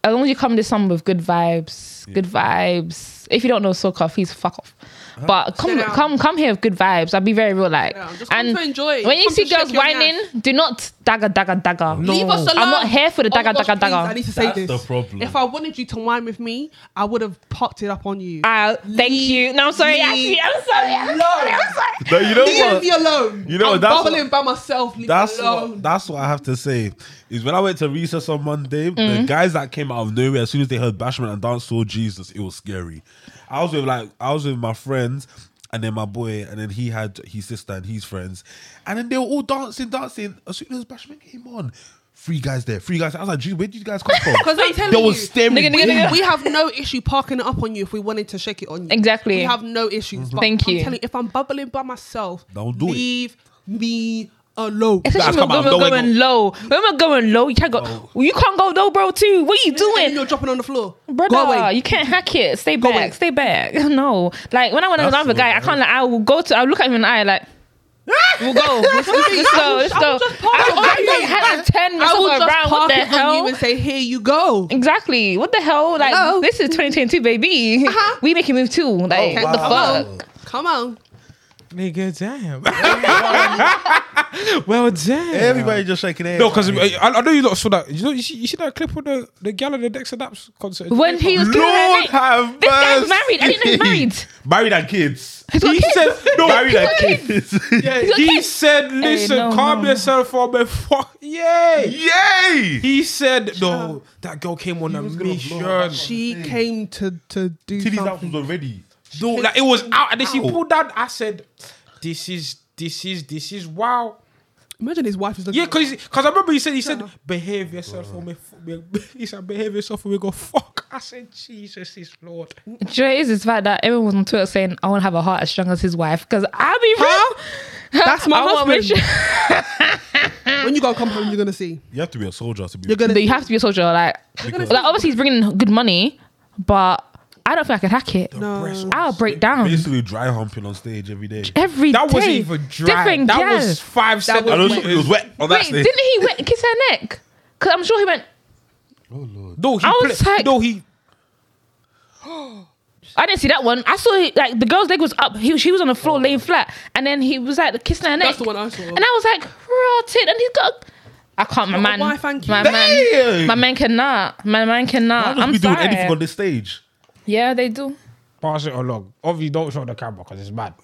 Speaker 3: As long as you come this summer with good vibes, good vibes. If you don't know soca, please fuck off.
Speaker 5: Uh-huh.
Speaker 3: But come,
Speaker 4: Sit down.
Speaker 3: come, come here with good vibes. I'll be very real, like.
Speaker 4: down. Just come
Speaker 3: And
Speaker 4: to enjoy.
Speaker 3: when you
Speaker 4: Come
Speaker 3: see
Speaker 4: to shake
Speaker 3: girls
Speaker 4: your
Speaker 3: whining, do not dagger, dagger, dagger.
Speaker 4: Leave us alone.
Speaker 3: I'm not here for the
Speaker 4: Oh my
Speaker 3: dagger,
Speaker 4: gosh,
Speaker 3: dagger,
Speaker 4: please,
Speaker 3: dagger.
Speaker 4: I need to say
Speaker 5: That's
Speaker 4: this.
Speaker 5: the problem.
Speaker 4: If I wanted you to whine with me, I would have popped it up on you.
Speaker 3: Ah, thank you. No, I'm sorry. Actually, I'm sorry. I'm sorry. I'm sorry.
Speaker 5: No, you know
Speaker 4: Leave me
Speaker 5: what?
Speaker 4: alone.
Speaker 5: You know what,
Speaker 4: I'm
Speaker 5: that's
Speaker 4: bubbling
Speaker 5: what-
Speaker 4: by myself. Leave
Speaker 5: That's
Speaker 4: me
Speaker 5: what,
Speaker 4: alone.
Speaker 5: that's what I have to say. Is when I went to recess on Monday,
Speaker 3: Mm.
Speaker 5: the guys that came out of nowhere as soon as they heard Bashment and Dance saw Jesus, it was scary. I was with like I was with my friends and then my boy, and then he had his sister and his friends, and then they were all dancing, dancing. As soon as Bashment came on, three guys there, three guys. I was like, "Jeez, where did you guys come from?"
Speaker 4: 'Cause I'm telling
Speaker 5: they were
Speaker 4: you,
Speaker 5: staring.
Speaker 3: nigga, nigga, nigga.
Speaker 4: we have no issue parking it up on you if we wanted to shake it on you.
Speaker 3: Exactly.
Speaker 5: Mm-hmm.
Speaker 4: We have no issues. But
Speaker 3: Thank
Speaker 4: I'm
Speaker 3: you.
Speaker 4: telling if I'm bubbling by myself,
Speaker 5: Don't do it.
Speaker 4: leave me are low.
Speaker 5: Guys,
Speaker 3: Especially when
Speaker 5: come
Speaker 3: we're
Speaker 5: on,
Speaker 3: going,
Speaker 5: don't
Speaker 3: going low. When we're going low, you can't go. Well, you can't go low, bro. Too. What are you
Speaker 4: And
Speaker 3: doing,
Speaker 4: you're dropping on the floor. Go
Speaker 3: brother?
Speaker 4: away.
Speaker 3: You can't hack it. Stay
Speaker 4: Go
Speaker 3: back.
Speaker 4: away.
Speaker 3: Stay back. No, like when I went to
Speaker 5: That's
Speaker 3: another guy, I
Speaker 5: right.
Speaker 3: can't. Like, I will go to. I will look at him in the eye like. We'll go. Let's, let's, let's go. Let's go. I,
Speaker 4: I
Speaker 3: I,
Speaker 4: will-
Speaker 3: I had to turn
Speaker 4: I
Speaker 3: myself
Speaker 4: will just
Speaker 3: around. What
Speaker 4: park
Speaker 3: the
Speaker 4: it on you
Speaker 3: hell?
Speaker 4: and say, "Here you go."
Speaker 3: Exactly. What the hell? Like
Speaker 4: Hello?
Speaker 3: this is 2022, baby.
Speaker 4: Uh-huh. Oh,
Speaker 3: We make a move too. Like
Speaker 4: Okay,
Speaker 3: what the
Speaker 4: come
Speaker 3: fuck?
Speaker 4: on, come on.
Speaker 2: Nigga, damn. well, damn.
Speaker 5: Everybody just shaking their
Speaker 2: No, because
Speaker 5: heads at me.
Speaker 2: I, I know you lot saw that. You, know, you, see, you see that clip of the, the gal in the Dex Adapts concert?
Speaker 3: When he was killing her
Speaker 5: Lord
Speaker 3: neck.
Speaker 5: have
Speaker 3: This guy's
Speaker 5: mercy.
Speaker 3: married. I didn't know he's married.
Speaker 5: Married and kids.
Speaker 3: He's got
Speaker 2: He
Speaker 3: kids.
Speaker 2: said, no,
Speaker 5: married and
Speaker 3: got
Speaker 5: kids.
Speaker 2: yeah,
Speaker 3: got
Speaker 2: he
Speaker 3: kids.
Speaker 2: said, listen,
Speaker 3: no,
Speaker 2: calm
Speaker 3: no.
Speaker 2: yourself for me. Fuck, yay.
Speaker 5: Yay!
Speaker 2: He said, no, that girl came on a
Speaker 5: gonna blow
Speaker 2: mission.
Speaker 5: her back
Speaker 4: She came to to do
Speaker 5: TD's
Speaker 4: something.
Speaker 5: albums already.
Speaker 2: No, like it was out, and then she
Speaker 5: Out.
Speaker 2: pulled down. I said, "This is, this is, this is wow."
Speaker 4: Imagine his wife is looking.
Speaker 2: Yeah,
Speaker 4: at him.
Speaker 2: cause, cause I remember he said, he said, "Behave yourself, or me." f- me- He said, "Behave yourself, or we go fuck." I said, "Jesus is Lord."
Speaker 3: Do you know what it is? It's fact that everyone was on Twitter saying, I want to have a heart as strong as his wife. Because I'll be real.
Speaker 4: That's my
Speaker 3: I want
Speaker 4: husband.
Speaker 3: Michelle-
Speaker 4: when you gonna come home, you're gonna see.
Speaker 5: You have to be a soldier to be.
Speaker 4: You're gonna.
Speaker 3: But you have to be a soldier. Like,
Speaker 5: Because-
Speaker 3: like, obviously, he's bringing good money, but I don't think I could hack it.
Speaker 2: Breast-
Speaker 3: I'll break down
Speaker 5: I used to do dry humping on stage every day.
Speaker 3: every
Speaker 2: That wasn't
Speaker 3: day.
Speaker 2: even dry. that
Speaker 3: gal.
Speaker 2: was five
Speaker 4: That
Speaker 2: seconds.
Speaker 5: I know
Speaker 4: Wait.
Speaker 5: it was wet on that
Speaker 3: Wait,
Speaker 5: stage.
Speaker 3: didn't he wet, kiss her neck? Because I'm sure he went,
Speaker 5: Oh,
Speaker 2: No, he.
Speaker 3: I
Speaker 2: pla-
Speaker 3: was like-
Speaker 2: no, he.
Speaker 3: I didn't see that one. I saw it, like the girl's leg was up. He, she was on the floor laying flat, and then he was like kissing her neck.
Speaker 4: the one I saw.
Speaker 3: And I was like, rotted. And he's got. I can't. My
Speaker 4: Not
Speaker 3: man.
Speaker 4: a wife and
Speaker 3: my
Speaker 4: kids.
Speaker 3: man.
Speaker 5: Damn.
Speaker 3: My man cannot. My man
Speaker 5: I
Speaker 3: cannot.
Speaker 5: don't
Speaker 3: I'm
Speaker 5: be doing
Speaker 3: sorry.
Speaker 5: anything on this stage.
Speaker 3: yeah, they do.
Speaker 2: Pass it along. Obviously, don't show the camera because it's bad.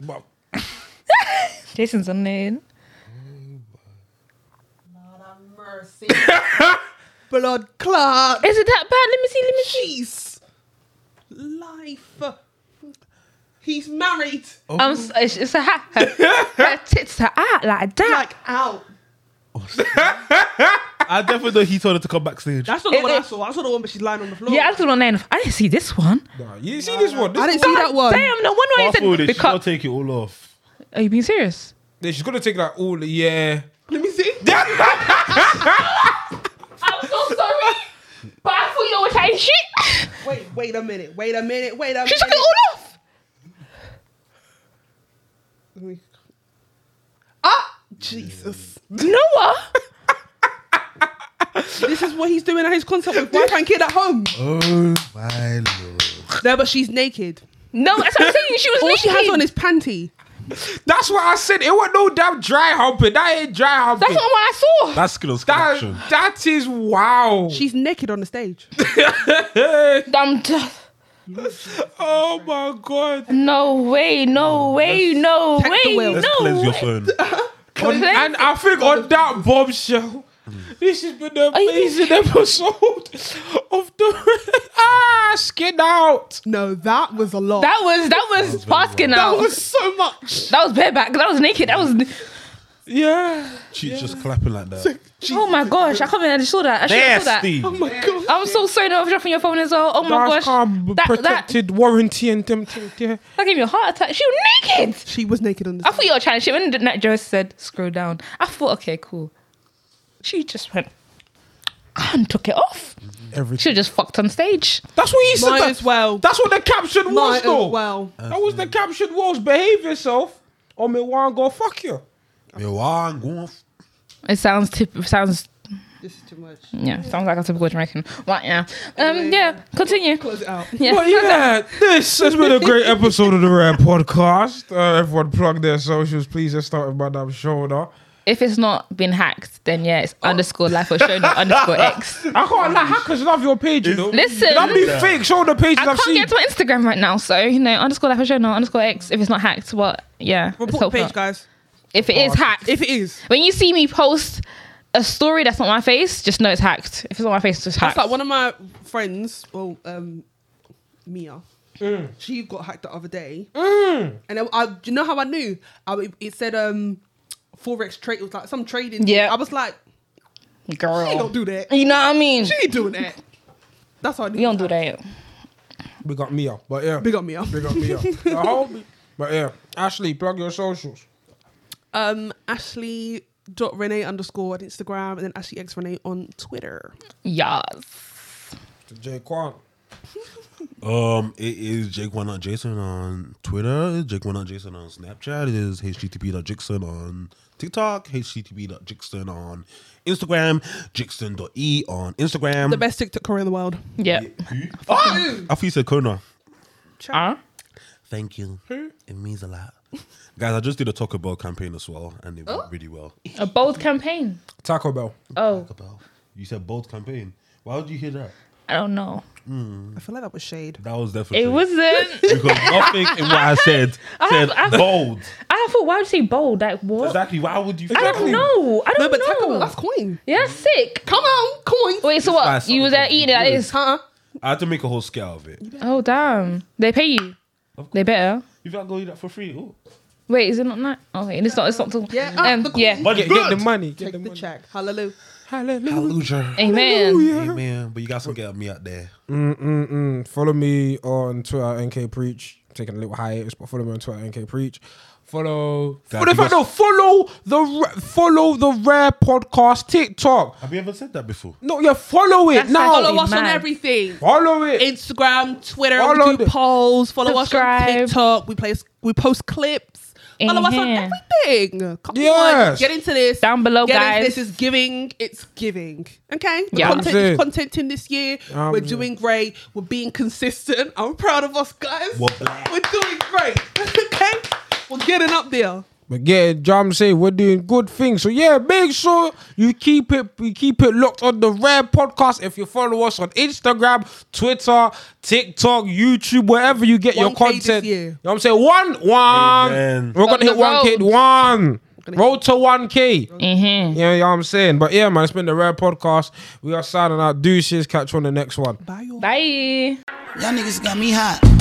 Speaker 2: But
Speaker 3: Jason's on there.
Speaker 4: mercy. Blood clot.
Speaker 3: Is it that bad? Let me see. Let me see.
Speaker 4: Jeez. Life. He's married.
Speaker 2: Oh.
Speaker 3: Um, s- it's, it's a hat. Her, her tits are out like that.
Speaker 4: Like out.
Speaker 5: I definitely know he told her to come backstage.
Speaker 4: That's not the
Speaker 3: It
Speaker 4: one I
Speaker 3: is-
Speaker 4: saw. I saw the one, but she's lying on the floor.
Speaker 3: yeah, I was on there. I didn't see this one.
Speaker 2: nah, you see this one. This
Speaker 4: I didn't
Speaker 2: one-
Speaker 4: see that one.
Speaker 3: Damn, no wonder why
Speaker 5: Fast
Speaker 3: you
Speaker 5: forward
Speaker 3: said.
Speaker 5: it, she gotta
Speaker 3: Because,
Speaker 5: take it all off.
Speaker 3: are you being serious?
Speaker 2: Yeah, she's gonna take like all the yeah.
Speaker 4: Let me see.
Speaker 3: I'm so sorry, but I thought you were saying shit.
Speaker 4: Wait, wait a minute. Wait a minute. Wait a
Speaker 3: She
Speaker 4: minute.
Speaker 3: took it all off.
Speaker 4: Let me- Ah, Jesus.
Speaker 3: Noah.
Speaker 4: this is what he's doing at his concert with wife and kid at home.
Speaker 5: Oh my lord.
Speaker 4: No, but she's naked.
Speaker 3: No, that's what I'm saying. She was
Speaker 4: All she has
Speaker 3: naked.
Speaker 4: on is panty.
Speaker 2: That's what I said. It was no damn dry humping. That ain't dry humping.
Speaker 3: That's not what I saw.
Speaker 5: That's skin on skin
Speaker 2: That,
Speaker 5: action.
Speaker 2: that is wow.
Speaker 4: She's naked on the stage.
Speaker 3: I'm t-
Speaker 2: oh my god.
Speaker 3: no way, no way, no
Speaker 4: check Oh, the
Speaker 3: way,
Speaker 4: wheel.
Speaker 5: Let's cleanse
Speaker 3: no
Speaker 5: your
Speaker 3: way.
Speaker 5: phone.
Speaker 2: On- and I think on that bombshell, this has been an
Speaker 3: you-
Speaker 2: amazing episode of the ah skin out.
Speaker 4: No, that was a lot.
Speaker 3: That was that was basking out.
Speaker 4: That was so much.
Speaker 3: That was bareback. That was naked. That was.
Speaker 2: Yeah.
Speaker 5: She's just clapping like that.
Speaker 3: Oh my gosh! I can't believe I just saw that. I should have saw that.
Speaker 5: Nasty.
Speaker 4: Oh my god.
Speaker 3: I'm so sorry that I was dropping your phone as well. Oh my
Speaker 2: Dash cam
Speaker 3: gosh! That, that
Speaker 2: protected warranty and tempted.
Speaker 3: that gave me a heart attack. She was naked.
Speaker 4: She was naked on the
Speaker 3: I
Speaker 4: stage.
Speaker 3: thought you were trying to shit when Nat Joe said scroll down. I thought okay, cool. She just went and took it off.
Speaker 2: Everything.
Speaker 3: She just fucked on stage.
Speaker 2: That's what he said.
Speaker 4: Might
Speaker 2: that-
Speaker 4: as well.
Speaker 2: That's what the caption was
Speaker 4: Might
Speaker 2: though.
Speaker 4: as oh, well.
Speaker 2: That was the caption was behave yourself or me want go fuck you.
Speaker 5: Yo, I'm going f-
Speaker 3: It sounds tip- sounds
Speaker 4: This is too much.
Speaker 3: Yeah, sounds like a typical Jamaican. Right, yeah. Um, yeah, continue.
Speaker 4: Close it out.
Speaker 3: Yeah.
Speaker 2: Well, yeah, this has been a great episode of the Rare Podcast. Uh, everyone plug their socials, please. Let's start with Madame Shoulder.
Speaker 3: If it's not been hacked, then yeah, it's underscore life or show no underscore X.
Speaker 2: I can't lie, hackers love your page, you know.
Speaker 3: Listen,
Speaker 2: How many
Speaker 3: I
Speaker 2: fake shoulder pages I've
Speaker 3: can't
Speaker 2: seen?
Speaker 3: get to my Instagram right now, so you know, underscore life or show no underscore X. If it's not hacked, what? Yeah, it's
Speaker 4: Report the
Speaker 3: helpful.
Speaker 4: page, guys. Oh,
Speaker 3: If it is hacked,
Speaker 4: If it is.
Speaker 3: when you see me post a story that's not my face, just know it's hacked. If it's not my face, it's just hacked.
Speaker 4: That's like one of my friends, well, um, Mia. She got hacked the other day, and I, I, do you know how I knew? I, it said um, forex trade. It was like some trading.
Speaker 3: Yeah.
Speaker 4: I was like, she
Speaker 3: Girl,
Speaker 4: don't do that.
Speaker 3: you know what I mean?
Speaker 4: She ain't doing that. That's how I knew.
Speaker 3: We don't do that.
Speaker 2: We got Mia, but yeah.
Speaker 4: Big up Mia.
Speaker 2: Big up Mia. I hope- but yeah, Ashley, plug your socials.
Speaker 4: Um, Ashley dot Renee underscore on Instagram and then Ashley X Renee on Twitter.
Speaker 3: Yes.
Speaker 2: To Jay Quan.
Speaker 5: Um, it is Jake One Not Jason on Twitter. Jake One Not Jason on Snapchat. It is http.jixon on TikTok. http.jixon on Instagram. Jixon.e on Instagram.
Speaker 4: The best TikToker in the world.
Speaker 3: Yeah.
Speaker 5: Oh, I feel you said Kona.
Speaker 3: Huh?
Speaker 5: Thank you. It means a lot. Guys, I just did a Taco Bell campaign as well, and it
Speaker 3: Oh.
Speaker 5: went really well.
Speaker 3: A bold campaign.
Speaker 2: Taco Bell.
Speaker 3: Oh,
Speaker 5: Taco Bell. You said bold campaign. Why would you hear that?
Speaker 3: I don't know.
Speaker 4: I feel like that was shade.
Speaker 5: That was definitely
Speaker 3: It wasn't.
Speaker 5: because nothing in what I said
Speaker 3: I
Speaker 5: said
Speaker 3: have- I have-
Speaker 5: bold.
Speaker 3: I thought, why would you say bold? Like what?
Speaker 5: Exactly. Why would you?
Speaker 3: I don't know. I
Speaker 4: No,
Speaker 3: don't
Speaker 4: but
Speaker 3: know.
Speaker 4: Taco Bell, that's coin.
Speaker 3: yeah, that's sick.
Speaker 4: Come on, coin.
Speaker 3: Wait, so
Speaker 5: guy's
Speaker 3: what? You was
Speaker 5: so
Speaker 3: there eating it like
Speaker 5: good.
Speaker 3: this?
Speaker 4: Huh?
Speaker 5: I had to make a whole scale of it.
Speaker 3: Oh damn! They pay you.
Speaker 5: Of
Speaker 3: They better.
Speaker 5: If I go eat that for free, ooh.
Speaker 3: Wait, is it not night? Oh wait, it's not. It's not till.
Speaker 4: Yeah, ah,
Speaker 3: Um,
Speaker 4: the coin.
Speaker 3: yeah.
Speaker 5: But
Speaker 2: Get, get the money. Get the
Speaker 4: Take the
Speaker 2: money.
Speaker 4: check. Hallelujah.
Speaker 2: Hallelujah.
Speaker 5: Hallelujah.
Speaker 3: Amen.
Speaker 5: Amen. But you got some get me out there.
Speaker 2: Mm-mm-mm. Follow me on Twitter, NK Preach. Taking a little hiatus, but follow me on Twitter, NK Preach. Follow.
Speaker 5: Dad,
Speaker 2: follow,
Speaker 5: you must-
Speaker 2: no, follow the Ra- follow the rare podcast TikTok.
Speaker 5: Have you ever said that before?
Speaker 2: No, yeah, follow it
Speaker 3: That's
Speaker 2: now.
Speaker 3: actually-
Speaker 4: Follow us on
Speaker 3: mad.
Speaker 4: everything.
Speaker 2: Follow it.
Speaker 4: Instagram, Twitter,
Speaker 2: Follow
Speaker 4: we do
Speaker 2: the-
Speaker 4: polls. Follow us on
Speaker 3: Subscribe.
Speaker 4: TikTok. We place we post clips. Follow us on
Speaker 3: Mhm.
Speaker 4: everything. Come
Speaker 2: Yes.
Speaker 4: on, get into this
Speaker 3: Down below,
Speaker 4: Get
Speaker 3: guys.
Speaker 4: In, this is giving. It's giving. Okay, the
Speaker 3: Yeah.
Speaker 4: content
Speaker 2: That's it.
Speaker 4: is contenting this year.
Speaker 2: Um,
Speaker 4: We're doing great. We're being consistent. I'm proud of us, guys.
Speaker 5: We're black.
Speaker 4: We're doing great. okay, we're getting up there.
Speaker 2: But yeah, Jam say we're doing good things. So yeah, make sure you keep it you keep it locked on the Rare Podcast. If you follow us on Instagram, Twitter, TikTok, YouTube, wherever you get your
Speaker 4: 1K this
Speaker 2: content.
Speaker 4: year.
Speaker 2: You know what I'm saying? One one.
Speaker 5: Amen.
Speaker 2: We're gonna
Speaker 3: On
Speaker 2: hit
Speaker 3: the
Speaker 2: one K
Speaker 3: road.
Speaker 2: one.
Speaker 4: gonna
Speaker 2: Road to one K.
Speaker 3: Mm-hmm.
Speaker 2: Yeah, you know what I'm saying. But yeah, man, it's been the Rare Podcast. We are signing out. Deuces, catch you on the next one.
Speaker 4: Bye, y'all.
Speaker 3: Bye.
Speaker 1: Y'all niggas got me hot.